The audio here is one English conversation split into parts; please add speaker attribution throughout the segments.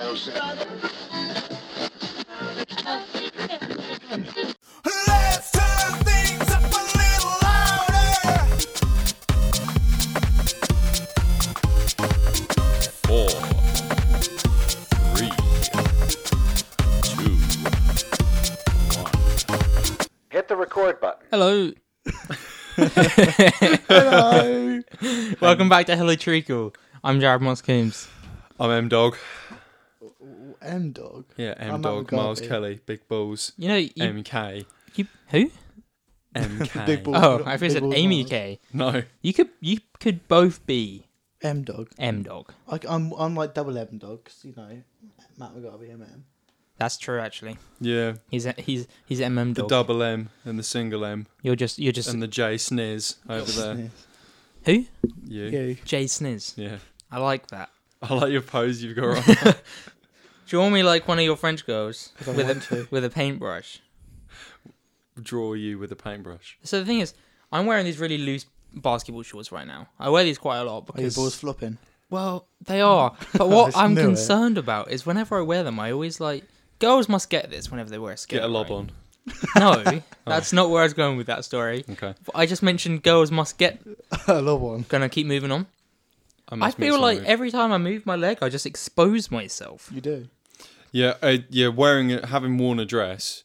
Speaker 1: upset.
Speaker 2: Let's turn things up a little louder.
Speaker 3: four, three, two,
Speaker 4: Hit the record button.
Speaker 5: Hello.
Speaker 3: Hello.
Speaker 5: Welcome back to Hello Treacle. I'm Jared Moss Coombs.
Speaker 3: I'm M Dog.
Speaker 6: M Dog.
Speaker 3: Yeah, M
Speaker 6: I'm
Speaker 3: Dog.
Speaker 6: Adam
Speaker 3: Miles
Speaker 6: Garvey.
Speaker 3: Kelly. Big Balls.
Speaker 5: You know, you,
Speaker 3: MK.
Speaker 5: you who?
Speaker 3: MK.
Speaker 6: Big Balls.
Speaker 5: Oh, I thought you said
Speaker 6: Big Balls
Speaker 5: Amy
Speaker 6: Miles.
Speaker 5: K.
Speaker 3: No.
Speaker 5: You could you could both be
Speaker 6: M Dog.
Speaker 5: M Dog.
Speaker 6: I, I'm I'm like double M Dog because you know Matt McGarvey MM.
Speaker 5: That's true, actually.
Speaker 3: Yeah.
Speaker 5: He's a, he's he's MM
Speaker 3: The
Speaker 5: Dog.
Speaker 3: double M and the single M
Speaker 5: You're just you're just
Speaker 3: and the J sneers over there.
Speaker 5: who?
Speaker 3: You.
Speaker 6: Yeah.
Speaker 5: Jay Sniz.
Speaker 3: Yeah.
Speaker 5: I like that.
Speaker 3: I like your pose you've got on.
Speaker 5: Do you want me like one of your French girls
Speaker 6: don't
Speaker 5: with
Speaker 6: want
Speaker 5: a
Speaker 6: to.
Speaker 5: with a paintbrush?
Speaker 3: Draw you with a paintbrush.
Speaker 5: So the thing is, I'm wearing these really loose basketball shorts right now. I wear these quite a lot
Speaker 6: Are your
Speaker 5: because
Speaker 6: balls flopping?
Speaker 5: Well, they are. But what
Speaker 6: I
Speaker 5: I'm
Speaker 6: knew it.
Speaker 5: concerned about is whenever I wear them, I always like girls must get this whenever they wear a skirt.
Speaker 3: Get a lob
Speaker 5: right?
Speaker 3: on.
Speaker 5: No, that's not where I was going with that story.
Speaker 3: Okay.
Speaker 5: But I just mentioned girls must get.
Speaker 6: I love one.
Speaker 5: Gonna keep moving on. I
Speaker 3: must make
Speaker 5: feel
Speaker 3: some
Speaker 5: like
Speaker 3: move.
Speaker 5: every time I move my leg, I just expose myself.
Speaker 6: You do.
Speaker 3: Yeah, uh, yeah. Wearing it, having worn a dress,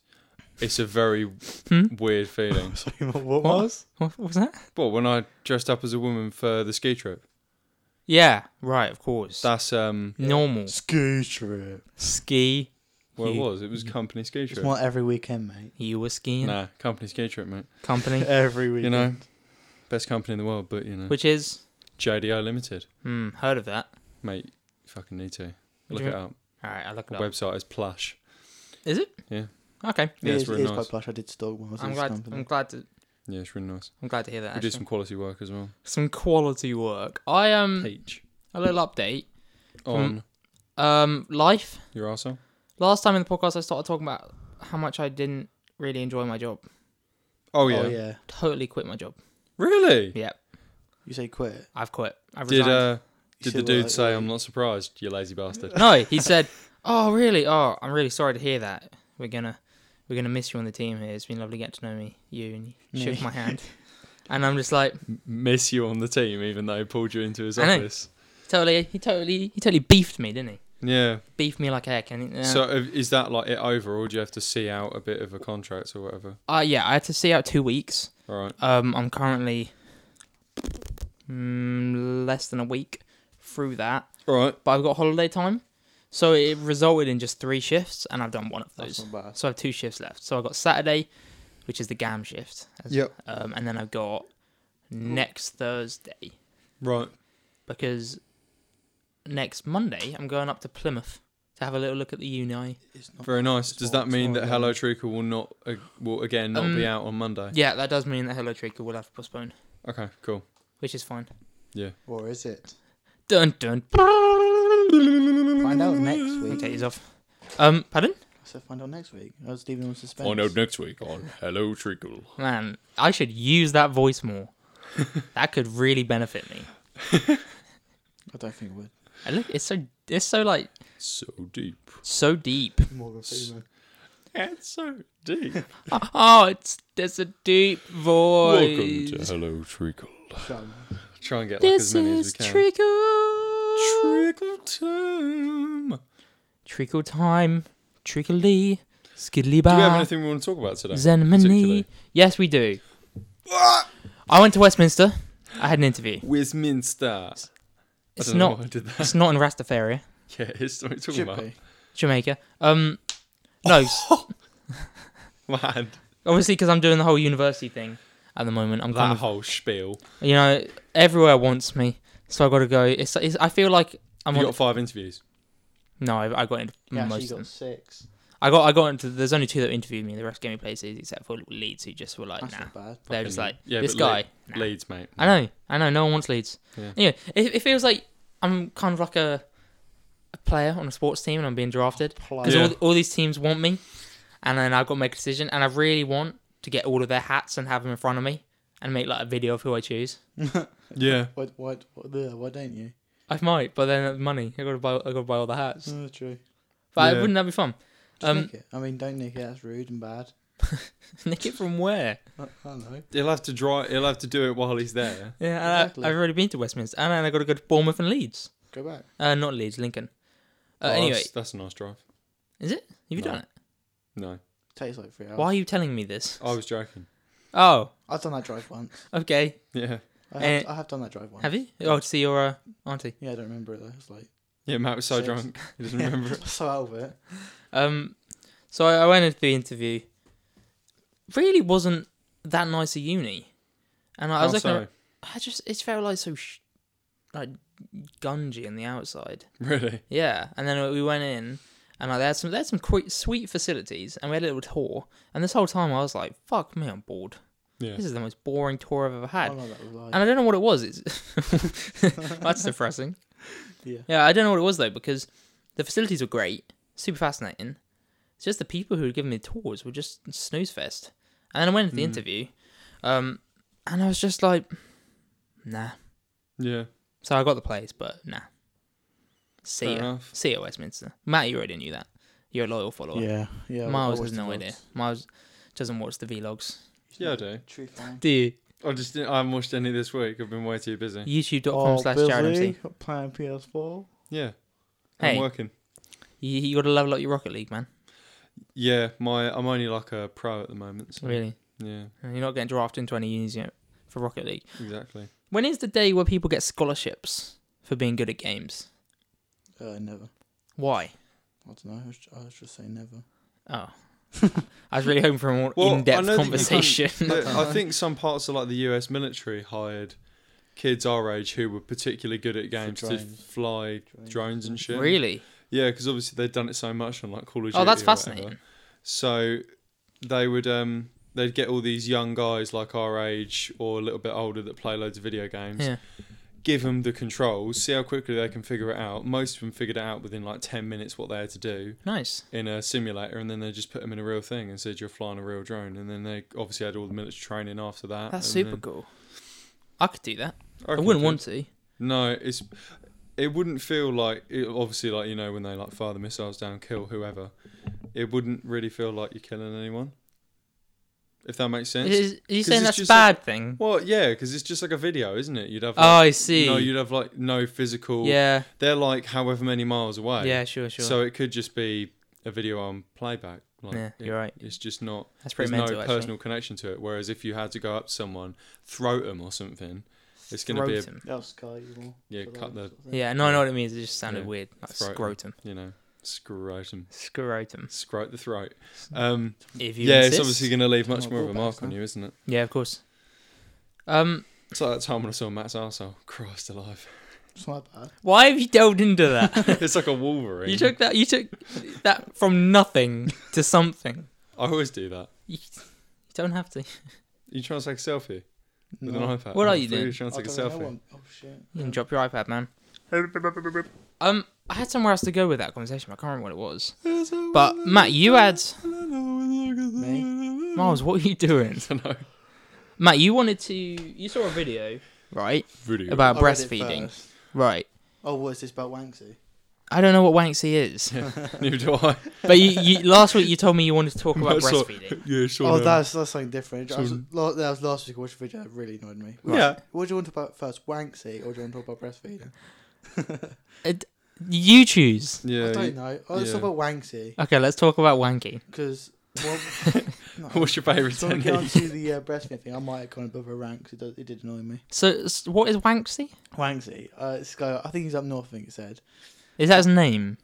Speaker 3: it's a very weird feeling.
Speaker 6: what,
Speaker 5: What was that?
Speaker 3: Well, when I dressed up as a woman for the ski trip,
Speaker 5: Yeah, right. Of course.
Speaker 3: that's um,
Speaker 5: Normal
Speaker 6: Ski trip.
Speaker 5: ski.
Speaker 3: where it
Speaker 5: You-
Speaker 3: was. It was company ski
Speaker 6: It's
Speaker 3: trip.
Speaker 6: not every weekend, mate.
Speaker 5: You were skiing
Speaker 3: Nah, company ski trip, mate.
Speaker 5: company,
Speaker 6: Every weekend.
Speaker 3: You know, best company in the world, but you know,
Speaker 5: which is
Speaker 3: JDO Limited,
Speaker 5: hmm, heard of that.
Speaker 3: mate. You fucking need to
Speaker 5: What
Speaker 3: look
Speaker 5: do
Speaker 3: it
Speaker 5: you
Speaker 3: up.
Speaker 5: All right, I looked
Speaker 3: The
Speaker 5: it up.
Speaker 3: website is plush.
Speaker 5: Is it?
Speaker 3: Yeah.
Speaker 5: Okay.
Speaker 6: It
Speaker 3: Yeah, it's
Speaker 6: is-
Speaker 3: really
Speaker 6: it is
Speaker 3: nice.
Speaker 6: quite plush. I did stalk when I was
Speaker 5: I'm
Speaker 6: in
Speaker 5: glad.
Speaker 6: Company.
Speaker 5: I'm glad to.
Speaker 3: Yeah, it's really nice.
Speaker 5: I'm glad to hear that.
Speaker 3: We do
Speaker 5: actually.
Speaker 3: some quality work as well.
Speaker 5: some quality work. I um
Speaker 3: Peach
Speaker 5: a little update.
Speaker 3: on
Speaker 5: Um, life.
Speaker 3: your arsehole?
Speaker 5: Last time in the podcast, I started talking about how much I didn't really enjoy my job.
Speaker 3: Oh yeah.
Speaker 6: Oh yeah.
Speaker 5: Totally quit my job.
Speaker 3: Really?
Speaker 5: Yeah,
Speaker 6: You say quit.
Speaker 5: I've quit. I've
Speaker 3: Did
Speaker 5: resigned.
Speaker 3: uh,
Speaker 6: You
Speaker 3: did the
Speaker 6: said,
Speaker 3: dude
Speaker 6: like,
Speaker 3: say I'm not surprised? You lazy bastard.
Speaker 5: No, he said, "Oh really? Oh, I'm really sorry to hear that. We're gonna we're gonna miss you on the team here. It's been lovely getting to know me, you, and you shook my hand." And I'm just like,
Speaker 3: miss you on the team, even though he pulled you into his
Speaker 5: I know.
Speaker 3: office.
Speaker 5: totally. He totally he totally beefed me, didn't he?
Speaker 3: Yeah.
Speaker 5: Beefed me like heck. And uh,
Speaker 3: So i- is that like it over, or do you have to see out a bit of a contract or whatever?
Speaker 5: uh, yeah, I had to see out two weeks.
Speaker 3: All right.
Speaker 5: Um, I'm currently mm, less than a week through that,
Speaker 3: All right.
Speaker 5: but I've got holiday time, so it resulted in just three shifts, and I've done one of
Speaker 6: That's
Speaker 5: those.
Speaker 6: not bad.
Speaker 5: So I have two shifts left. So I've got Saturday, which is the GAM shift. as-
Speaker 3: Yep.
Speaker 5: Um, and then I've got next Thursday
Speaker 3: Right.
Speaker 5: because next Monday I'm going up to Plymouth to have a little look at the uni.
Speaker 6: It's not.
Speaker 3: Very nice. Does that mean that Hello Treacle will not uh, will again not be
Speaker 5: Um,
Speaker 3: out on Monday?
Speaker 5: Yeah, that does mean that Hello Treacle will have to postpone,
Speaker 3: Okay. Cool.
Speaker 5: which is fine.
Speaker 6: Or is it?
Speaker 5: Dun dun.
Speaker 6: Find out next week.
Speaker 5: Take these off. Um, pardon?
Speaker 6: I said find out next week. I was leaving on suspense.
Speaker 3: Oh, next week on Hello Treacle.
Speaker 5: Man, I should use that voice more. that could really benefit me.
Speaker 6: I don't think it would.
Speaker 5: And look, it's so it's so like
Speaker 3: So deep.
Speaker 5: so deep.
Speaker 6: Morgan Freeman.
Speaker 3: It's so deep.
Speaker 5: Oh, it's there's a deep voice.
Speaker 3: Hello Treacle.
Speaker 6: Done.
Speaker 3: Try and get like
Speaker 5: This
Speaker 3: as many
Speaker 5: is
Speaker 3: as we can.
Speaker 5: treacle.
Speaker 3: Treacle time.
Speaker 5: Treacle time. Treacly. Skiddly
Speaker 3: Do we have
Speaker 5: bar.
Speaker 3: anything we want to talk about today?
Speaker 5: Zenmini.
Speaker 3: particularly? Ah!
Speaker 5: Yes, we do. I went to Westminster. I had an interview.
Speaker 3: Westminster. I
Speaker 5: It's
Speaker 3: don't know
Speaker 5: not.
Speaker 3: why I did that.
Speaker 5: It's not in Rastafaria,
Speaker 3: Yeah, it's what we're talking
Speaker 6: Should
Speaker 3: about.
Speaker 6: be.
Speaker 5: Jamaica. Um, no. s-
Speaker 3: Man,
Speaker 5: Obviously, because I'm doing the whole university thing at the moment. I'm kind
Speaker 3: that
Speaker 5: of
Speaker 3: whole spiel.
Speaker 5: you know, everywhere wants me, so I got to go. It's, it's I feel like I'm
Speaker 3: You
Speaker 5: on,
Speaker 3: got five interviews.
Speaker 5: no, I, I got into
Speaker 6: Yeah,
Speaker 5: most
Speaker 6: she
Speaker 5: of them.
Speaker 6: got six.
Speaker 5: I got I got into. There's only two that interviewed me. The rest gave me places except for Leeds, who just were like,
Speaker 6: That's
Speaker 5: nah.
Speaker 6: not bad.
Speaker 5: They're just like
Speaker 3: Yeah,
Speaker 5: this
Speaker 3: but
Speaker 5: guy.
Speaker 3: Le- Leads, mate.
Speaker 5: I know, I know. No one wants Leeds.
Speaker 3: Yeah.
Speaker 5: Anyway, it, it feels like I'm kind of like a, a player on a sports team, and I'm being drafted because
Speaker 3: Yeah.
Speaker 5: all, all these teams want me, and then I've got to make a decision, and I really want to get all of their hats and have them in front of me, and make like a video of who I choose.
Speaker 3: Yeah.
Speaker 6: Why, why, why, yeah, why don't you?
Speaker 5: I might, but then money. I got to buy. I got to buy all the hats.
Speaker 6: Oh, true.
Speaker 5: But
Speaker 3: Yeah.
Speaker 5: wouldn't that be fun?
Speaker 6: Just
Speaker 5: Um,
Speaker 6: nick it. I mean, don't nick it. That's rude and bad.
Speaker 5: Nick it from where?
Speaker 6: I, I don't know.
Speaker 3: He'll have to dry. He'll have to do it while he's there.
Speaker 5: Yeah, and I-
Speaker 6: Exactly.
Speaker 5: I've already been to Westminster, and I got to go to Bournemouth and Leeds.
Speaker 6: Go back.
Speaker 5: Uh, not Leeds, Lincoln. Uh,
Speaker 3: Oh,
Speaker 5: anyway,
Speaker 3: that's, that's a nice drive.
Speaker 5: is it? Have you
Speaker 3: No.
Speaker 5: done it?
Speaker 3: No,
Speaker 6: Takes like three hours.
Speaker 5: Why are you telling me this?
Speaker 3: I was joking.
Speaker 5: Oh,
Speaker 6: I've done that drive once.
Speaker 5: okay.
Speaker 3: Yeah,
Speaker 6: I have,
Speaker 5: Eh,
Speaker 6: I have done that drive once.
Speaker 5: Have you? Oh, to see your uh, auntie.
Speaker 6: Yeah, I don't remember it though. It's like
Speaker 3: yeah. Matt was so
Speaker 6: Six.
Speaker 3: drunk he doesn't remember it.
Speaker 6: so out of it.
Speaker 5: Um, so I, I went into the interview. Really wasn't that nice a uni, and I
Speaker 3: How
Speaker 5: was looking.
Speaker 3: so?
Speaker 5: ar- I just it felt like so, sh- like gungy on the outside.
Speaker 3: Really?
Speaker 5: Yeah, and then we went in, and like, they had some they had some quite sweet facilities, and we had a little tour. And this whole time I was like, "Fuck me, I'm bored.
Speaker 3: Yeah.
Speaker 5: This is the most boring tour I've ever
Speaker 6: I
Speaker 5: had."
Speaker 6: know that was like.
Speaker 5: And I don't know what it was. It's that's depressing.
Speaker 6: Yeah.
Speaker 5: Yeah, I don't know what it was though because the facilities were great, super fascinating. It's just the people who were giving me tours were just snooze fest. And then I went
Speaker 6: Hmm.
Speaker 5: to the interview, um, and I was just like, "Nah."
Speaker 3: Yeah.
Speaker 5: So I got the place, but nah. See
Speaker 3: Fair
Speaker 5: ya.
Speaker 3: enough.
Speaker 5: See ya, Westminster. Matt, you already knew that. You're a loyal follower.
Speaker 6: Yeah, yeah.
Speaker 5: Miles has no idea. Miles doesn't watch the vlogs.
Speaker 3: Yeah, I do.
Speaker 6: True
Speaker 5: Do you?
Speaker 3: I just didn't, I haven't watched any this week. I've been way too busy.
Speaker 5: YouTube.com
Speaker 3: Oh,
Speaker 6: Oh,
Speaker 5: slash Jared MC.
Speaker 6: playing PS4.
Speaker 3: Yeah.
Speaker 5: Hey.
Speaker 3: I'm working.
Speaker 5: You, you gotta level up your Rocket League, man.
Speaker 3: Yeah, my I'm only like a pro at the moment. So
Speaker 5: Really.
Speaker 3: Yeah,
Speaker 5: You're not getting drafted into any unis yet for Rocket League.
Speaker 3: exactly.
Speaker 5: When is the day where people get scholarships for being good at games?
Speaker 6: Uh, never.
Speaker 5: Why?
Speaker 6: I don't know. I was, I was just saying never.
Speaker 5: Oh. I was really hoping for a more
Speaker 3: Well, I
Speaker 5: in depth
Speaker 3: know that you can't-
Speaker 5: conversation.
Speaker 3: Look, I think some parts of like the U.S. military hired kids our age who were particularly good at games to
Speaker 6: drones.
Speaker 3: fly drones, and shit.
Speaker 5: really?
Speaker 3: Yeah, because obviously they'd done it so much on like Call of Duty.
Speaker 5: Oh, that's
Speaker 3: or
Speaker 5: fascinating.
Speaker 3: whatever. So they would um they'd get all these young guys like our age or a little bit older that play loads of video games.
Speaker 5: Yeah.
Speaker 3: Give them the controls, see how quickly they can figure it out. Most of them figured it out within like ten minutes what they had to do.
Speaker 5: Nice.
Speaker 3: in a simulator and then they just put them in a real thing and said you're flying a real drone and then they obviously had all the military training after that
Speaker 5: That's
Speaker 3: and
Speaker 5: super
Speaker 3: then-
Speaker 5: cool. I could do that. I,
Speaker 3: reckon
Speaker 5: wouldn't
Speaker 3: you
Speaker 5: want to.
Speaker 3: could. no it's it wouldn't feel like it, obviously like you know when they like fire the missiles down kill whoever it wouldn't really feel like you're killing anyone if that makes sense
Speaker 5: Is, are you
Speaker 3: 'Cause
Speaker 5: saying
Speaker 3: it's
Speaker 5: that's a
Speaker 3: just
Speaker 5: bad thing?
Speaker 3: well yeah because it's just like a video isn't it you'd have
Speaker 5: Oh,
Speaker 3: like,
Speaker 5: I see.
Speaker 3: no you'd have like no physical
Speaker 5: yeah,
Speaker 3: they're like however many miles away
Speaker 5: yeah, sure, sure.
Speaker 3: so it could just be a video on playback like
Speaker 5: yeah,
Speaker 3: it-
Speaker 5: you're right.
Speaker 3: It's just not.
Speaker 5: That's pretty
Speaker 3: there's
Speaker 5: mental,
Speaker 3: no
Speaker 5: actually.
Speaker 3: personal connection to it. Whereas if you had to go up to someone, throat them or something, it's going to be a,
Speaker 5: Scrotum.
Speaker 6: That was Sky. More
Speaker 3: Yeah,
Speaker 6: for
Speaker 3: cut
Speaker 6: those
Speaker 3: the-
Speaker 6: sort of thing.
Speaker 5: Yeah, no, I know what it means. It just sounded
Speaker 3: Yeah.
Speaker 5: weird. Like
Speaker 3: Scrotum.
Speaker 5: scrotum.
Speaker 3: you know scrotum,
Speaker 5: Scrotum.
Speaker 3: scrot the throat. Um,
Speaker 5: If you
Speaker 3: yeah, it's
Speaker 5: insist.
Speaker 3: obviously going to leave much
Speaker 6: Oh,
Speaker 3: more of a
Speaker 6: ballbacks
Speaker 3: mark on
Speaker 6: now.
Speaker 3: you, isn't it?
Speaker 5: Yeah, of course. Um,
Speaker 3: It's like that time when I saw Matt's arsehole. Christ alive!
Speaker 6: It's not bad.
Speaker 5: why have you delved into that?
Speaker 3: it's like a Wolverine.
Speaker 5: you took that. You took that from nothing to something.
Speaker 3: I always do that.
Speaker 5: You, you don't have to.
Speaker 3: You trying to take a selfie with
Speaker 6: No.
Speaker 3: an iPad?
Speaker 5: What are
Speaker 3: I
Speaker 5: you
Speaker 3: thought were
Speaker 5: doing?
Speaker 3: Trying to
Speaker 6: I
Speaker 3: take a
Speaker 6: don't know
Speaker 3: selfie.
Speaker 6: what- Oh shit.
Speaker 5: You can drop your iPad, man. Um, I had somewhere else to go with that conversation. But I can't remember what it was. But Matt, you had
Speaker 6: Me?
Speaker 5: Miles. What are you doing,
Speaker 3: I don't know.
Speaker 5: Matt? You wanted to. You saw a video, right?
Speaker 3: Video.
Speaker 5: About
Speaker 6: I read it
Speaker 5: breastfeeding,
Speaker 6: first.
Speaker 5: right?
Speaker 6: Oh, what is this about Wanksy?
Speaker 5: I don't know what Wanksy is,
Speaker 3: Neither do I.
Speaker 5: but you, you last week you told me you wanted to talk about
Speaker 3: That's all-
Speaker 5: breastfeeding.
Speaker 3: Yeah, sure.
Speaker 6: Oh,
Speaker 3: no.
Speaker 6: that's that's something different. I was, la- that was last week. I watched a video that really annoyed me.
Speaker 3: Yeah.
Speaker 6: What do you want to talk about first, Wanksy, or do you want to talk about breastfeeding?
Speaker 5: It, you choose.
Speaker 3: Yeah.
Speaker 6: I
Speaker 3: you-
Speaker 6: don't know. Oh, let's
Speaker 3: Uh, yeah.
Speaker 6: talk about Wanksy
Speaker 5: Okay, let's talk about wanky.
Speaker 6: because.
Speaker 3: What's your favourite
Speaker 6: So when it
Speaker 3: technique?
Speaker 6: comes to the uh, breastfeeding thing, I might have gone above a rank 'cause it, does, it did annoy me.
Speaker 5: So, s- what is Wanksy?
Speaker 6: Wangsy, uh, this guy, I think he's up north. I think it said.
Speaker 5: Is that his name?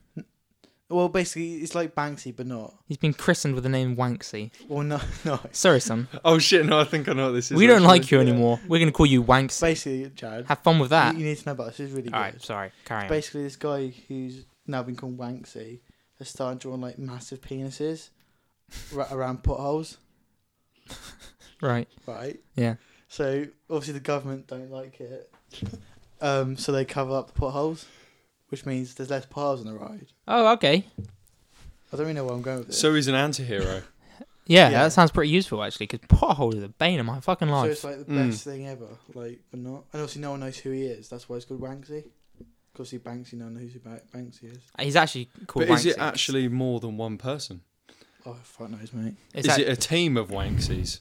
Speaker 6: Well, basically, it's like Banksy, but not.
Speaker 5: He's been christened with the name Wanksy.
Speaker 6: Well, no, no.
Speaker 5: Sorry, son.
Speaker 3: Oh shit! No, I think I know what this is.
Speaker 5: we don't
Speaker 3: actually.
Speaker 5: like you anymore. We're going to call you Wanksy.
Speaker 6: Basically, Jared,
Speaker 5: Have fun with that.
Speaker 6: you, you need to know about this. It's really good.
Speaker 5: All right, sorry. Carry on.
Speaker 6: Basically, this guy who's now been called Wanksy has started drawing like massive penises ra- around potholes,
Speaker 5: Right.
Speaker 6: right?
Speaker 5: Yeah.
Speaker 6: So obviously, the government don't like it, um, so they cover up the potholes, which means there's less potholes on the road.
Speaker 5: Oh, okay.
Speaker 6: I don't really know where I'm going with this.
Speaker 3: So he's an anti-hero.
Speaker 5: Yeah,
Speaker 6: Yeah.
Speaker 5: that sounds pretty useful actually, because potholes are the bane of my fucking
Speaker 6: So
Speaker 5: life.
Speaker 6: it's like the
Speaker 3: Mm.
Speaker 6: best thing ever, like, but not. And obviously, no one knows who he is. That's why it's called Wanksy. Obviously, Banksy, no one knows who Ba- Banksy is.
Speaker 5: He's actually called.
Speaker 3: but is it
Speaker 5: Wanksy.
Speaker 3: actually more than one person?
Speaker 6: Oh, fuck knows, mate.
Speaker 5: It's
Speaker 3: is
Speaker 5: act-
Speaker 3: it a team of wanksies?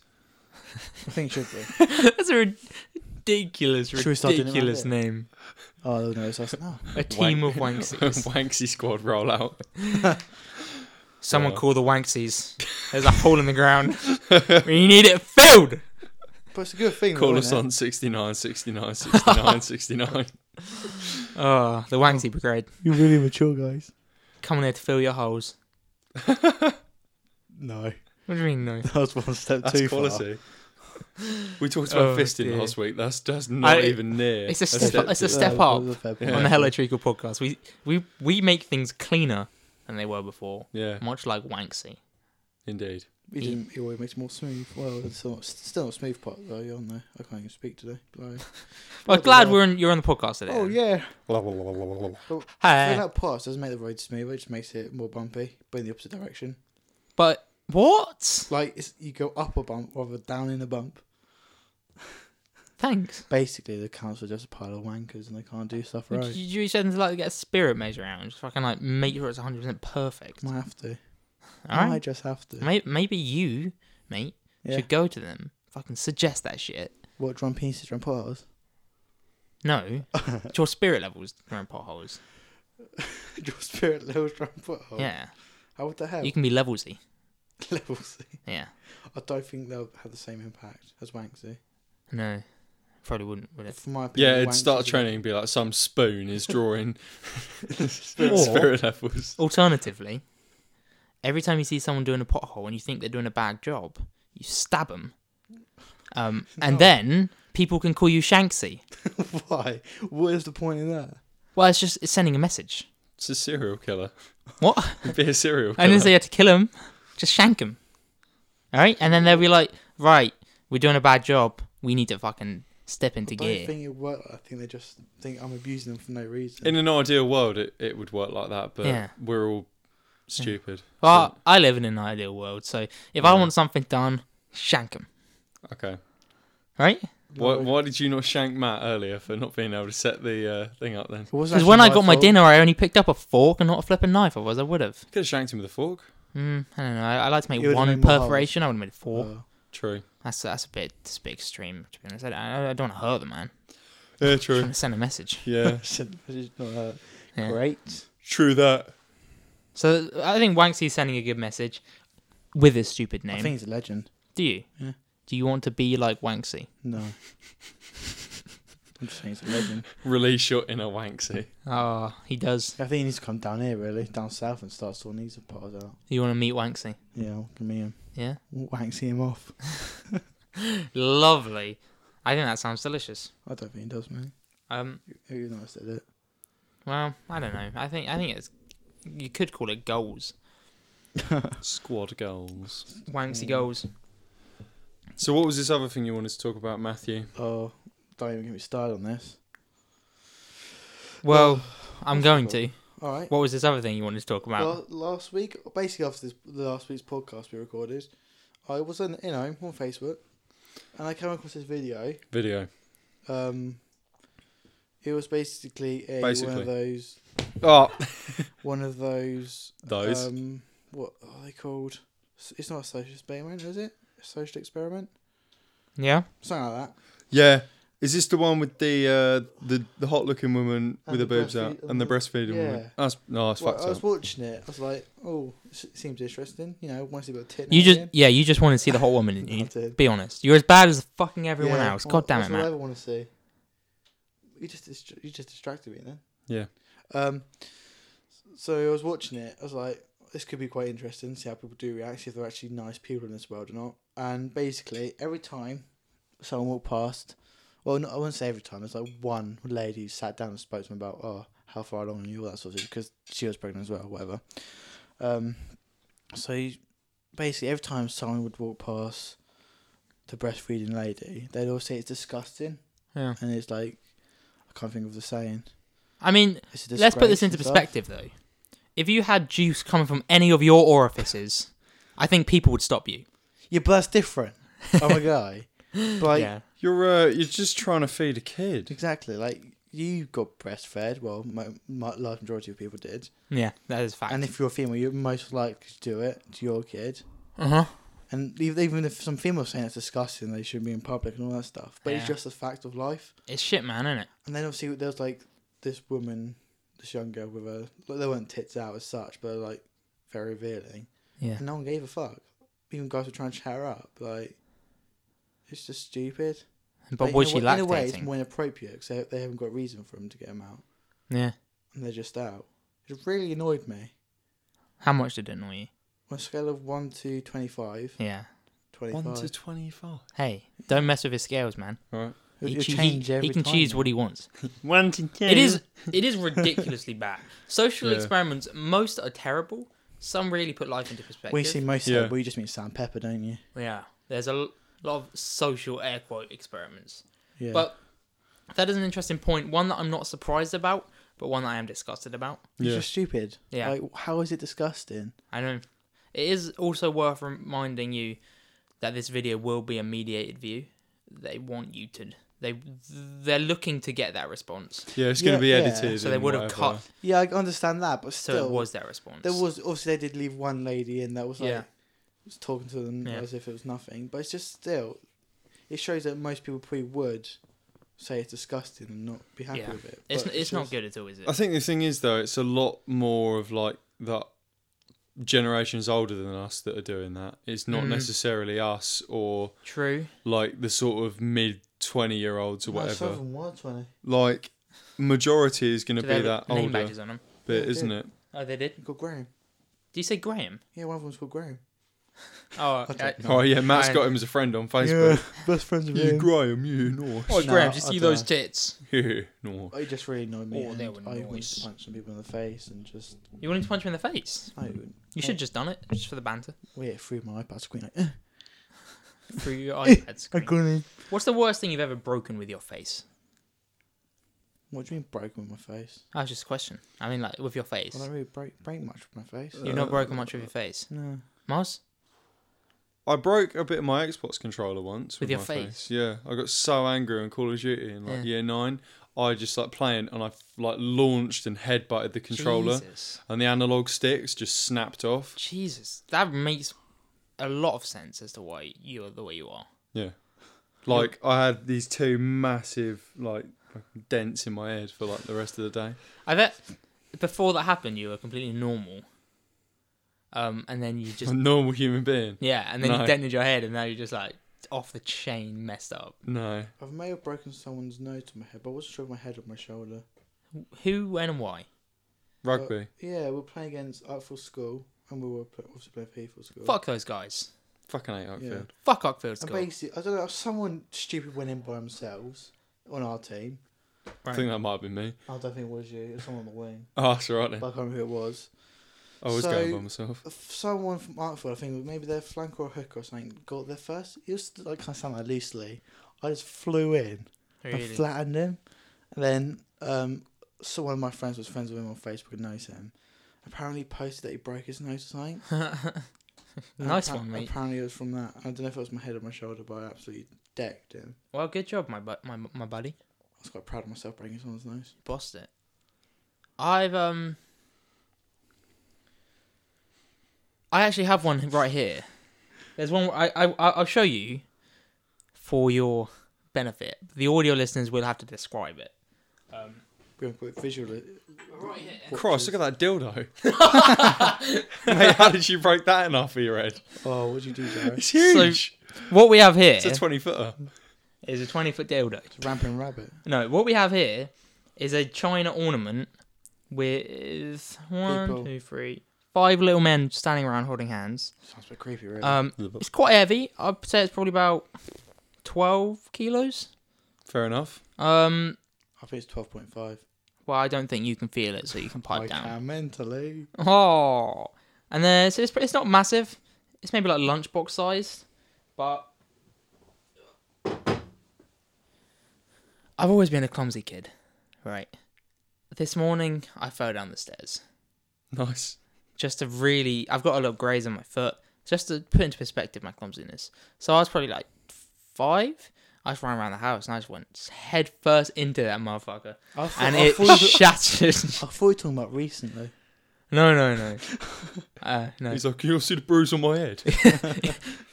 Speaker 6: I think it should be.
Speaker 5: That's a ridiculous,
Speaker 6: Should we start doing it like
Speaker 5: ridiculous
Speaker 6: this?
Speaker 5: name.
Speaker 6: oh, no, it's us. No.
Speaker 5: A team of Wanksies.
Speaker 3: Wanksy squad rollout.
Speaker 5: Someone
Speaker 3: Yeah.
Speaker 5: call the Wanksies. There's a hole in the ground. we need it filled.
Speaker 6: But it's a good thing.
Speaker 3: Call
Speaker 6: though,
Speaker 3: us
Speaker 6: isn't it?
Speaker 3: on 69 69 69 69.
Speaker 5: Oh, the Wanksy Brigade.
Speaker 6: You're really mature, guys.
Speaker 5: Come on here to fill your holes.
Speaker 6: No.
Speaker 5: What do you mean, no?
Speaker 6: That was one step
Speaker 3: That's
Speaker 6: too far.
Speaker 3: quality. We talked about
Speaker 5: Oh,
Speaker 3: fisting
Speaker 5: dear.
Speaker 3: last week. That's that's not
Speaker 5: I-
Speaker 3: even near.
Speaker 5: it's a step- it's a
Speaker 3: to it.
Speaker 5: step
Speaker 6: That
Speaker 5: up.
Speaker 6: was a fair point.
Speaker 3: Yeah.
Speaker 5: On the Hello Treacle podcast, we, we, we make things cleaner than they were before,
Speaker 3: Yeah,
Speaker 5: much like Wanksy.
Speaker 3: indeed.
Speaker 6: He, didn't, he always makes more smooth. Well, it's not, it's still not a smooth part though. You're on there. I can't even speak today. Like,
Speaker 5: Well,
Speaker 6: Bloody
Speaker 5: glad
Speaker 6: hell.
Speaker 5: we're on, you're on the podcast today.
Speaker 6: Oh
Speaker 5: then.
Speaker 6: yeah.
Speaker 5: Hey,
Speaker 6: Going out past doesn't make the road smooth. It just makes it more bumpy, but in the opposite direction.
Speaker 5: but what?
Speaker 6: Like it's, you go up a bump rather than down in a bump.
Speaker 5: Thanks.
Speaker 6: Basically, the council are just a pile of wankers and they can't do stuff right.
Speaker 5: You, you said to like get a spirit measure out and just fucking like make sure it's 100% perfect.
Speaker 6: Might have to.
Speaker 5: All
Speaker 6: Might
Speaker 5: right.
Speaker 6: just have to.
Speaker 5: Maybe, maybe you, mate,
Speaker 6: Yeah.
Speaker 5: should go to them. Fucking suggest that shit.
Speaker 6: What drum penises, drum piles?
Speaker 5: No, it's your spirit levels around potholes.
Speaker 6: Your spirit levels, drum potholes.
Speaker 5: Yeah,
Speaker 6: How would the hell
Speaker 5: you can be levelsy.
Speaker 6: levels?
Speaker 5: Yeah,
Speaker 6: I don't think they'll have the same impact as Wanksy.
Speaker 5: no, probably wouldn't. Would it?
Speaker 6: From my opinion,
Speaker 3: Yeah, it'd
Speaker 6: Wanksy's
Speaker 3: start
Speaker 6: a-
Speaker 3: training and be like some spoon is drawing
Speaker 5: Or-
Speaker 3: spirit levels.
Speaker 5: Alternatively, every time you see someone doing a pothole and you think they're doing a bad job, you stab them, um, and then people can call you Shanksy.
Speaker 6: Why? What is the point in that?
Speaker 5: Well, it's just it's sending a message.
Speaker 3: It's a serial killer.
Speaker 5: What?
Speaker 3: It'd be a serial
Speaker 5: I
Speaker 3: killer.
Speaker 5: didn't say you had to kill him. Just shank him. All right, and then they'll be like, right, we're doing a bad job. We need to fucking step into
Speaker 6: I don't
Speaker 5: gear.
Speaker 6: think it worked. I think they just think I'm abusing them for no reason.
Speaker 3: In an ideal world, it, it would work like that, but
Speaker 5: Yeah.
Speaker 3: we're all stupid.
Speaker 5: Well, I live in an ideal world, so if I want something done, shank him.
Speaker 3: Okay.
Speaker 5: Right?
Speaker 3: Why, why did you not shank Matt earlier for not being able to set the uh, thing up then?
Speaker 6: It wasn't
Speaker 5: Because when I
Speaker 6: actually
Speaker 5: got my
Speaker 6: fault.
Speaker 5: dinner, I only picked up a fork and not a flipping knife. Otherwise, I would have.
Speaker 3: Could have shanked him with a fork.
Speaker 5: Mm, I don't know. I, I like to make
Speaker 6: You would've
Speaker 5: one
Speaker 6: made more holes.
Speaker 5: perforation. I would have made four.
Speaker 6: Oh.
Speaker 3: True.
Speaker 5: That's that's a bit that's a bit extreme. To be honest, I, I, I don't want to hurt the man.
Speaker 3: Yeah,
Speaker 5: I'm
Speaker 3: true.
Speaker 5: trying to send a message.
Speaker 3: yeah.
Speaker 6: Shit, this is not, uh,
Speaker 5: Yeah.
Speaker 6: Great.
Speaker 3: True that.
Speaker 5: So I think Wanksy's sending a good message with his stupid name.
Speaker 6: I think he's a legend.
Speaker 5: Do you?
Speaker 6: Yeah.
Speaker 5: Do you want to be like Wanksy?
Speaker 6: No. I'm just saying he's a legend.
Speaker 3: Release your inner wanksy.
Speaker 5: Oh, he does.
Speaker 6: I think he needs to come down here, really, down south and start sorting these apart out.
Speaker 5: You want to meet Wanksy?
Speaker 6: Yeah, I'll give me him.
Speaker 5: Yeah.
Speaker 6: Wanksy him off.
Speaker 5: Lovely. I think that sounds delicious.
Speaker 6: I don't think he does, man.
Speaker 5: Um.
Speaker 6: Who you know I said it?
Speaker 5: Well, I don't know. I think I think it's you could call it goals.
Speaker 3: Squad goals.
Speaker 5: Wanksy goals.
Speaker 3: So, what was this other thing you wanted to talk about, Matthew?
Speaker 6: Oh, don't even get me started on this.
Speaker 5: Well, I'm going to.
Speaker 6: All right.
Speaker 5: What was this other thing you wanted to talk about?
Speaker 6: Well, last week, basically after this, the last week's podcast we recorded, I was on, you know, on Facebook, and I came across this video.
Speaker 3: Video.
Speaker 6: Um, it was basically, a, one
Speaker 3: Basically.
Speaker 6: of those,
Speaker 3: Oh,
Speaker 6: one of those,
Speaker 3: Those.
Speaker 6: Um, what are they called? S- It's not a social experiment, is it? A social experiment,
Speaker 5: yeah.
Speaker 6: something like that.
Speaker 3: yeah. Is this the one with the uh, the the hot looking woman
Speaker 6: And
Speaker 3: with her
Speaker 6: the
Speaker 3: boobs out
Speaker 6: breastfeed-
Speaker 3: and the breastfeeding
Speaker 6: Yeah.
Speaker 3: woman? That's no, that's
Speaker 6: Well,
Speaker 3: fucked
Speaker 6: I was
Speaker 3: up.
Speaker 6: watching it. I was like, oh, s- it seems interesting. You know, once you got a tit.
Speaker 5: You
Speaker 6: now
Speaker 5: just
Speaker 6: and
Speaker 5: yeah you just want to see the hot woman,
Speaker 6: again.
Speaker 5: didn't you?
Speaker 6: I did.
Speaker 5: Be honest. You're as bad as fucking everyone
Speaker 6: Yeah,
Speaker 5: else.
Speaker 6: what-
Speaker 5: God damn
Speaker 6: that's
Speaker 5: it,
Speaker 6: all I
Speaker 5: Matt.
Speaker 6: ever want to see. You just dist- you just distracted me then.
Speaker 3: Yeah.
Speaker 6: Um. So I was watching it. I was like, this could be quite interesting. See how people do react. See if they're actually nice people in this world or not. And basically, every time someone walked past, well, no, I wouldn't say every time. It's like one lady who sat down and spoke to me about, oh, how far along are you? All that sort of thing. Because she was pregnant as well. Whatever. Um. So you- basically, every time someone would walk past the breastfeeding lady, they'd all say it's disgusting,
Speaker 5: Yeah.
Speaker 6: and it's like I can't think of the saying.
Speaker 5: I mean,
Speaker 6: It's a
Speaker 5: let's put this
Speaker 6: disgrace
Speaker 5: into
Speaker 6: and stuff.
Speaker 5: perspective though. If you had juice coming from any of your orifices, I think people would stop you.
Speaker 6: Yeah, but that's different. I'm a guy, but like,
Speaker 5: yeah.
Speaker 3: You're uh, you're just trying to feed a kid.
Speaker 6: exactly like you got breastfed. Well, my, my large majority of people did.
Speaker 5: Yeah, that is a fact.
Speaker 6: And if you're a female, you're most likely to do it to your kid.
Speaker 5: uh huh.
Speaker 6: And ev- even if some females saying it's disgusting, they shouldn't be in public and all that stuff. But it's
Speaker 5: Yeah.
Speaker 6: just a fact of life.
Speaker 5: It's shit, man, isn't it?
Speaker 6: And then obviously there's like this woman, this young girl with her. Like, they weren't tits out as such, but like very revealing.
Speaker 5: Yeah.
Speaker 6: And no one gave a fuck. Even guys were trying to chat her up. Like, it's just stupid.
Speaker 5: But
Speaker 6: Like,
Speaker 5: was she
Speaker 6: in a, wa- In a way, it's
Speaker 5: lactating?
Speaker 6: more inappropriate because they, they haven't got a reason for them to get them out,
Speaker 5: yeah.
Speaker 6: and they're just out. It really annoyed me.
Speaker 5: How much did it annoy you?
Speaker 6: On a scale of one to 25,
Speaker 5: Yeah.
Speaker 6: 25
Speaker 3: twenty-five.
Speaker 5: Hey, don't mess with his scales, man.
Speaker 3: All right.
Speaker 6: It'll-
Speaker 5: He,
Speaker 6: it'll
Speaker 5: choo- he-
Speaker 6: change
Speaker 5: he
Speaker 6: every
Speaker 5: can
Speaker 6: time
Speaker 5: choose
Speaker 6: now.
Speaker 5: what he wants.
Speaker 3: One to ten.
Speaker 5: It is it is ridiculously bad. Social
Speaker 3: Yeah.
Speaker 5: experiments, most are terrible. Some really put life into perspective.
Speaker 6: We see most
Speaker 3: Yeah.
Speaker 6: of it, but you just mean Sam Pepper, don't you?
Speaker 5: yeah, there's a l- lot of social air quote experiments,
Speaker 6: Yeah.
Speaker 5: but that is an interesting point. One that I'm not surprised about, but one that I am disgusted about.
Speaker 6: it's
Speaker 3: Yeah.
Speaker 6: just stupid.
Speaker 5: Yeah.
Speaker 6: Like, how is it disgusting?
Speaker 5: I don't. It is also worth reminding you that this video will be a mediated view. They want you to. They they're looking to get that response,
Speaker 3: Yeah, it's
Speaker 6: Yeah,
Speaker 3: going to be
Speaker 6: yeah.
Speaker 3: edited.
Speaker 5: so they
Speaker 3: and
Speaker 5: would have
Speaker 3: whatever.
Speaker 5: cut.
Speaker 6: Yeah, I understand that, but
Speaker 5: So
Speaker 6: still,
Speaker 5: it was their response.
Speaker 6: there was obviously they did leave one lady in that was like
Speaker 5: Yeah.
Speaker 6: was talking to them
Speaker 5: Yeah.
Speaker 6: as if it was nothing, but it's just still, it shows that most people probably would say it's disgusting and not be happy
Speaker 5: Yeah.
Speaker 6: with it.
Speaker 5: It's
Speaker 6: but
Speaker 5: it's, not
Speaker 6: just-
Speaker 5: good at all, is it?
Speaker 3: I think the thing is though, it's a lot more of like that generations older than us that are doing that. It's not
Speaker 5: Mm.
Speaker 3: necessarily us or
Speaker 5: True.
Speaker 3: like the sort of mid twenty year olds or
Speaker 6: No,
Speaker 3: whatever.
Speaker 6: some of them were 20.
Speaker 3: Like majority is going to
Speaker 5: Do they
Speaker 3: be
Speaker 5: have
Speaker 3: that
Speaker 5: name
Speaker 3: older
Speaker 5: badges on them?
Speaker 3: bit,
Speaker 6: Yeah,
Speaker 3: isn't
Speaker 6: yeah.
Speaker 3: it?
Speaker 5: Oh, they did.
Speaker 6: Called Graham.
Speaker 5: Do you say Graham?
Speaker 6: Yeah, one of them's called Graham.
Speaker 5: Oh,
Speaker 6: don't
Speaker 5: I-
Speaker 6: know.
Speaker 3: Oh yeah, Matt's
Speaker 5: I-
Speaker 3: got him as a friend on Facebook.
Speaker 6: best friends
Speaker 3: You Graham, you nice.
Speaker 5: oh Graham,
Speaker 6: No,
Speaker 5: do you
Speaker 6: I
Speaker 5: see
Speaker 6: don't
Speaker 5: those
Speaker 6: know.
Speaker 5: tits?
Speaker 3: Yeah, nice.
Speaker 6: It just really annoyed me.
Speaker 5: Oh,
Speaker 6: and
Speaker 5: they were
Speaker 6: I wanted
Speaker 5: nice.
Speaker 6: to punch some people in the face and just.
Speaker 5: You wanted to punch me in the face?
Speaker 6: I would-
Speaker 5: You
Speaker 6: Oh.
Speaker 5: should just done it just for the banter
Speaker 6: Well, yeah, through my iPad screen. Like,
Speaker 5: through your iPad
Speaker 6: I
Speaker 5: screen.
Speaker 6: couldn't.
Speaker 5: What's the worst thing you've ever broken with your face?
Speaker 6: What do you mean broken with my face?
Speaker 5: That was just a question. I mean, like with your face.
Speaker 6: I don't really break, break much with my face.
Speaker 5: You've not broken much with your face,
Speaker 6: No.
Speaker 5: Mars.
Speaker 3: I broke a bit of my Xbox controller once
Speaker 5: With
Speaker 3: with,
Speaker 5: your
Speaker 3: my
Speaker 5: face?
Speaker 3: face. Yeah, I got so angry on Call of Duty in like
Speaker 5: Yeah.
Speaker 3: year nine. I just like playing and I like launched and headbutted the controller
Speaker 5: Jesus.
Speaker 3: and the analog sticks just snapped off.
Speaker 5: Jesus, that makes a lot of sense as to why you're the way you are.
Speaker 3: Yeah, like I had these two massive like fucking dents in my head for like the rest of the day.
Speaker 5: I bet before that happened, you were completely normal. Um, and then you just
Speaker 3: A normal human being.
Speaker 5: yeah, and then you
Speaker 3: No.
Speaker 5: dented your head, and now you're just like off the chain, messed up.
Speaker 3: No,
Speaker 6: I may have broken someone's nose on my head, but I wasn't sure if my head or my shoulder.
Speaker 5: Who, when, and why?
Speaker 3: rugby.
Speaker 6: Yeah, we were playing against Artful School, and we were pl- obviously playing FIFA School.
Speaker 5: Fuck those guys.
Speaker 3: Fucking hate Oakfield.
Speaker 6: Yeah.
Speaker 5: Fuck Oakfield
Speaker 6: And
Speaker 5: School.
Speaker 6: basically, I don't know, someone stupid went in by themselves on our team.
Speaker 3: I think that might have been me.
Speaker 6: I don't think it was you, it was someone on the wing.
Speaker 3: Oh, that's all right then.
Speaker 6: But I can't remember who it was.
Speaker 3: I was
Speaker 6: So-
Speaker 3: going by myself.
Speaker 6: If Someone from Artful, I think maybe their flank or hook or something, got there first. It was, I kind of sound like loosely. I just flew in.
Speaker 5: Really?
Speaker 6: I flattened him. And then um, so one of my friends was friends with him on Facebook and knows him. Apparently posted that he broke his nose or something. And
Speaker 5: nice
Speaker 6: appa-
Speaker 5: one, mate.
Speaker 6: Apparently it was from that. I don't know if it was my head or my shoulder, but I absolutely decked him.
Speaker 5: Well, good job, my bu- my my buddy.
Speaker 6: I was quite proud of myself breaking someone's nose.
Speaker 5: You bossed it. I've um. I actually have one right here. There's one I I I- I'll show you, for your benefit. The audio listeners will have to describe it.
Speaker 6: We're going to call it visual.
Speaker 5: Right here.
Speaker 3: Cross, look at that dildo. Mate, how did you break that in half of your head?
Speaker 6: Oh, what'd you do, Jared?
Speaker 3: It's huge.
Speaker 5: What we have here
Speaker 3: it's a 20 footer.
Speaker 5: is a 20 foot dildo.
Speaker 6: Ramping rabbit.
Speaker 5: No, what we have here is a china ornament with one, two, three, five
Speaker 6: People.
Speaker 5: little men standing around holding hands.
Speaker 6: Sounds a bit creepy, really.
Speaker 5: Um, it's quite heavy. I'd say it's probably about 12 kilos.
Speaker 3: Fair enough.
Speaker 5: Um,
Speaker 6: I think it's 12.5.
Speaker 5: well, I don't think you can feel it, so you can pipe
Speaker 6: I
Speaker 5: down.
Speaker 6: can mentally.
Speaker 5: Oh, and then so it's it's not massive. It's maybe like lunchbox sized, but I've always been a clumsy kid, right? This morning I fell down the stairs
Speaker 3: Nice.
Speaker 5: just to really. I've got a little graze on my foot just to put into perspective my clumsiness. So I was probably like five. I just ran around the house and I just went head first into that motherfucker,
Speaker 6: I thought,
Speaker 5: and
Speaker 6: I,
Speaker 5: it
Speaker 6: thought you,
Speaker 5: shattered.
Speaker 6: I thought you were talking about recently.
Speaker 5: no, no, no, uh, no.
Speaker 3: He's like, you'll see the bruise on my head.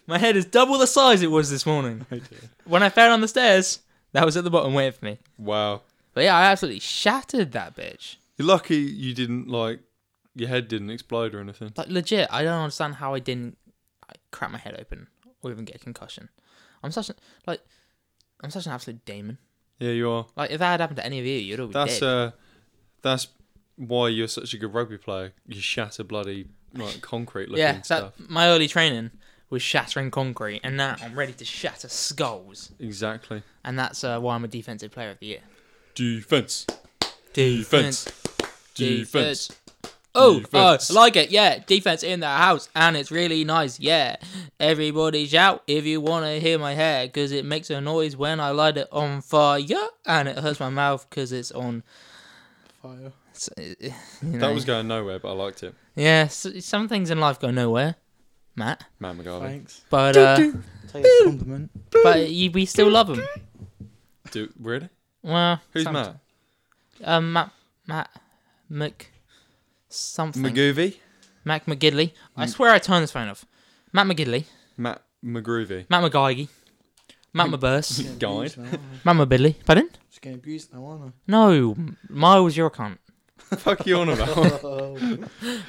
Speaker 5: My head is double the size it was this morning. when I fell on the stairs, that was at the bottom waiting for me.
Speaker 3: wow.
Speaker 5: But yeah, I absolutely shattered that bitch.
Speaker 3: You're lucky you didn't, like, your head didn't explode or anything.
Speaker 5: Like legit, I don't understand how I didn't like, crack my head open or even get a concussion. I'm such a like, I'm such an absolute demon.
Speaker 3: Yeah, you are.
Speaker 5: Like if that had happened to any of you, you'd all be
Speaker 3: That's
Speaker 5: dead.
Speaker 3: uh, that's why you're such a good rugby player. You shatter bloody like concrete looking
Speaker 5: yeah,
Speaker 3: stuff.
Speaker 5: that my early training was shattering concrete, and now I'm ready to shatter skulls.
Speaker 3: Exactly.
Speaker 5: And that's uh, why I'm a defensive player of the year.
Speaker 3: Defense.
Speaker 5: Defense.
Speaker 3: Defense. Defense.
Speaker 5: Oh, uh,
Speaker 3: Defense.
Speaker 5: I like it. Yeah, defense in the house, and it's really nice. Yeah, everybody shout if you want to hear my hair, because it makes a noise when I light it on fire, and it hurts my mouth because it's on.
Speaker 6: Fire.
Speaker 5: it's- You know.
Speaker 3: That was going nowhere, but I liked it.
Speaker 5: yeah. So, some things in life go nowhere, Matt,
Speaker 3: Man McGarvey.
Speaker 6: Thanks.
Speaker 5: but uh,
Speaker 6: Take the compliment.
Speaker 5: but you, we still love them.
Speaker 3: Do really?
Speaker 5: Well,
Speaker 3: Who's
Speaker 5: somet-
Speaker 3: Matt?
Speaker 5: Um, Matt Matt Mc something
Speaker 3: McGoovy.
Speaker 5: Mac McGidley. I swear I turned this phone off. Matt McGidley.
Speaker 3: Matt McGroovy.
Speaker 5: Matt McGeige. Matt McBurst.
Speaker 6: Getting
Speaker 3: Guide.
Speaker 6: abused now, aren't I?
Speaker 5: Matt McBidley. Pardon?
Speaker 6: Just getting abused now, aren't
Speaker 5: No, Miles, you're a cunt.
Speaker 3: Fuck you on about.
Speaker 6: I? Oh,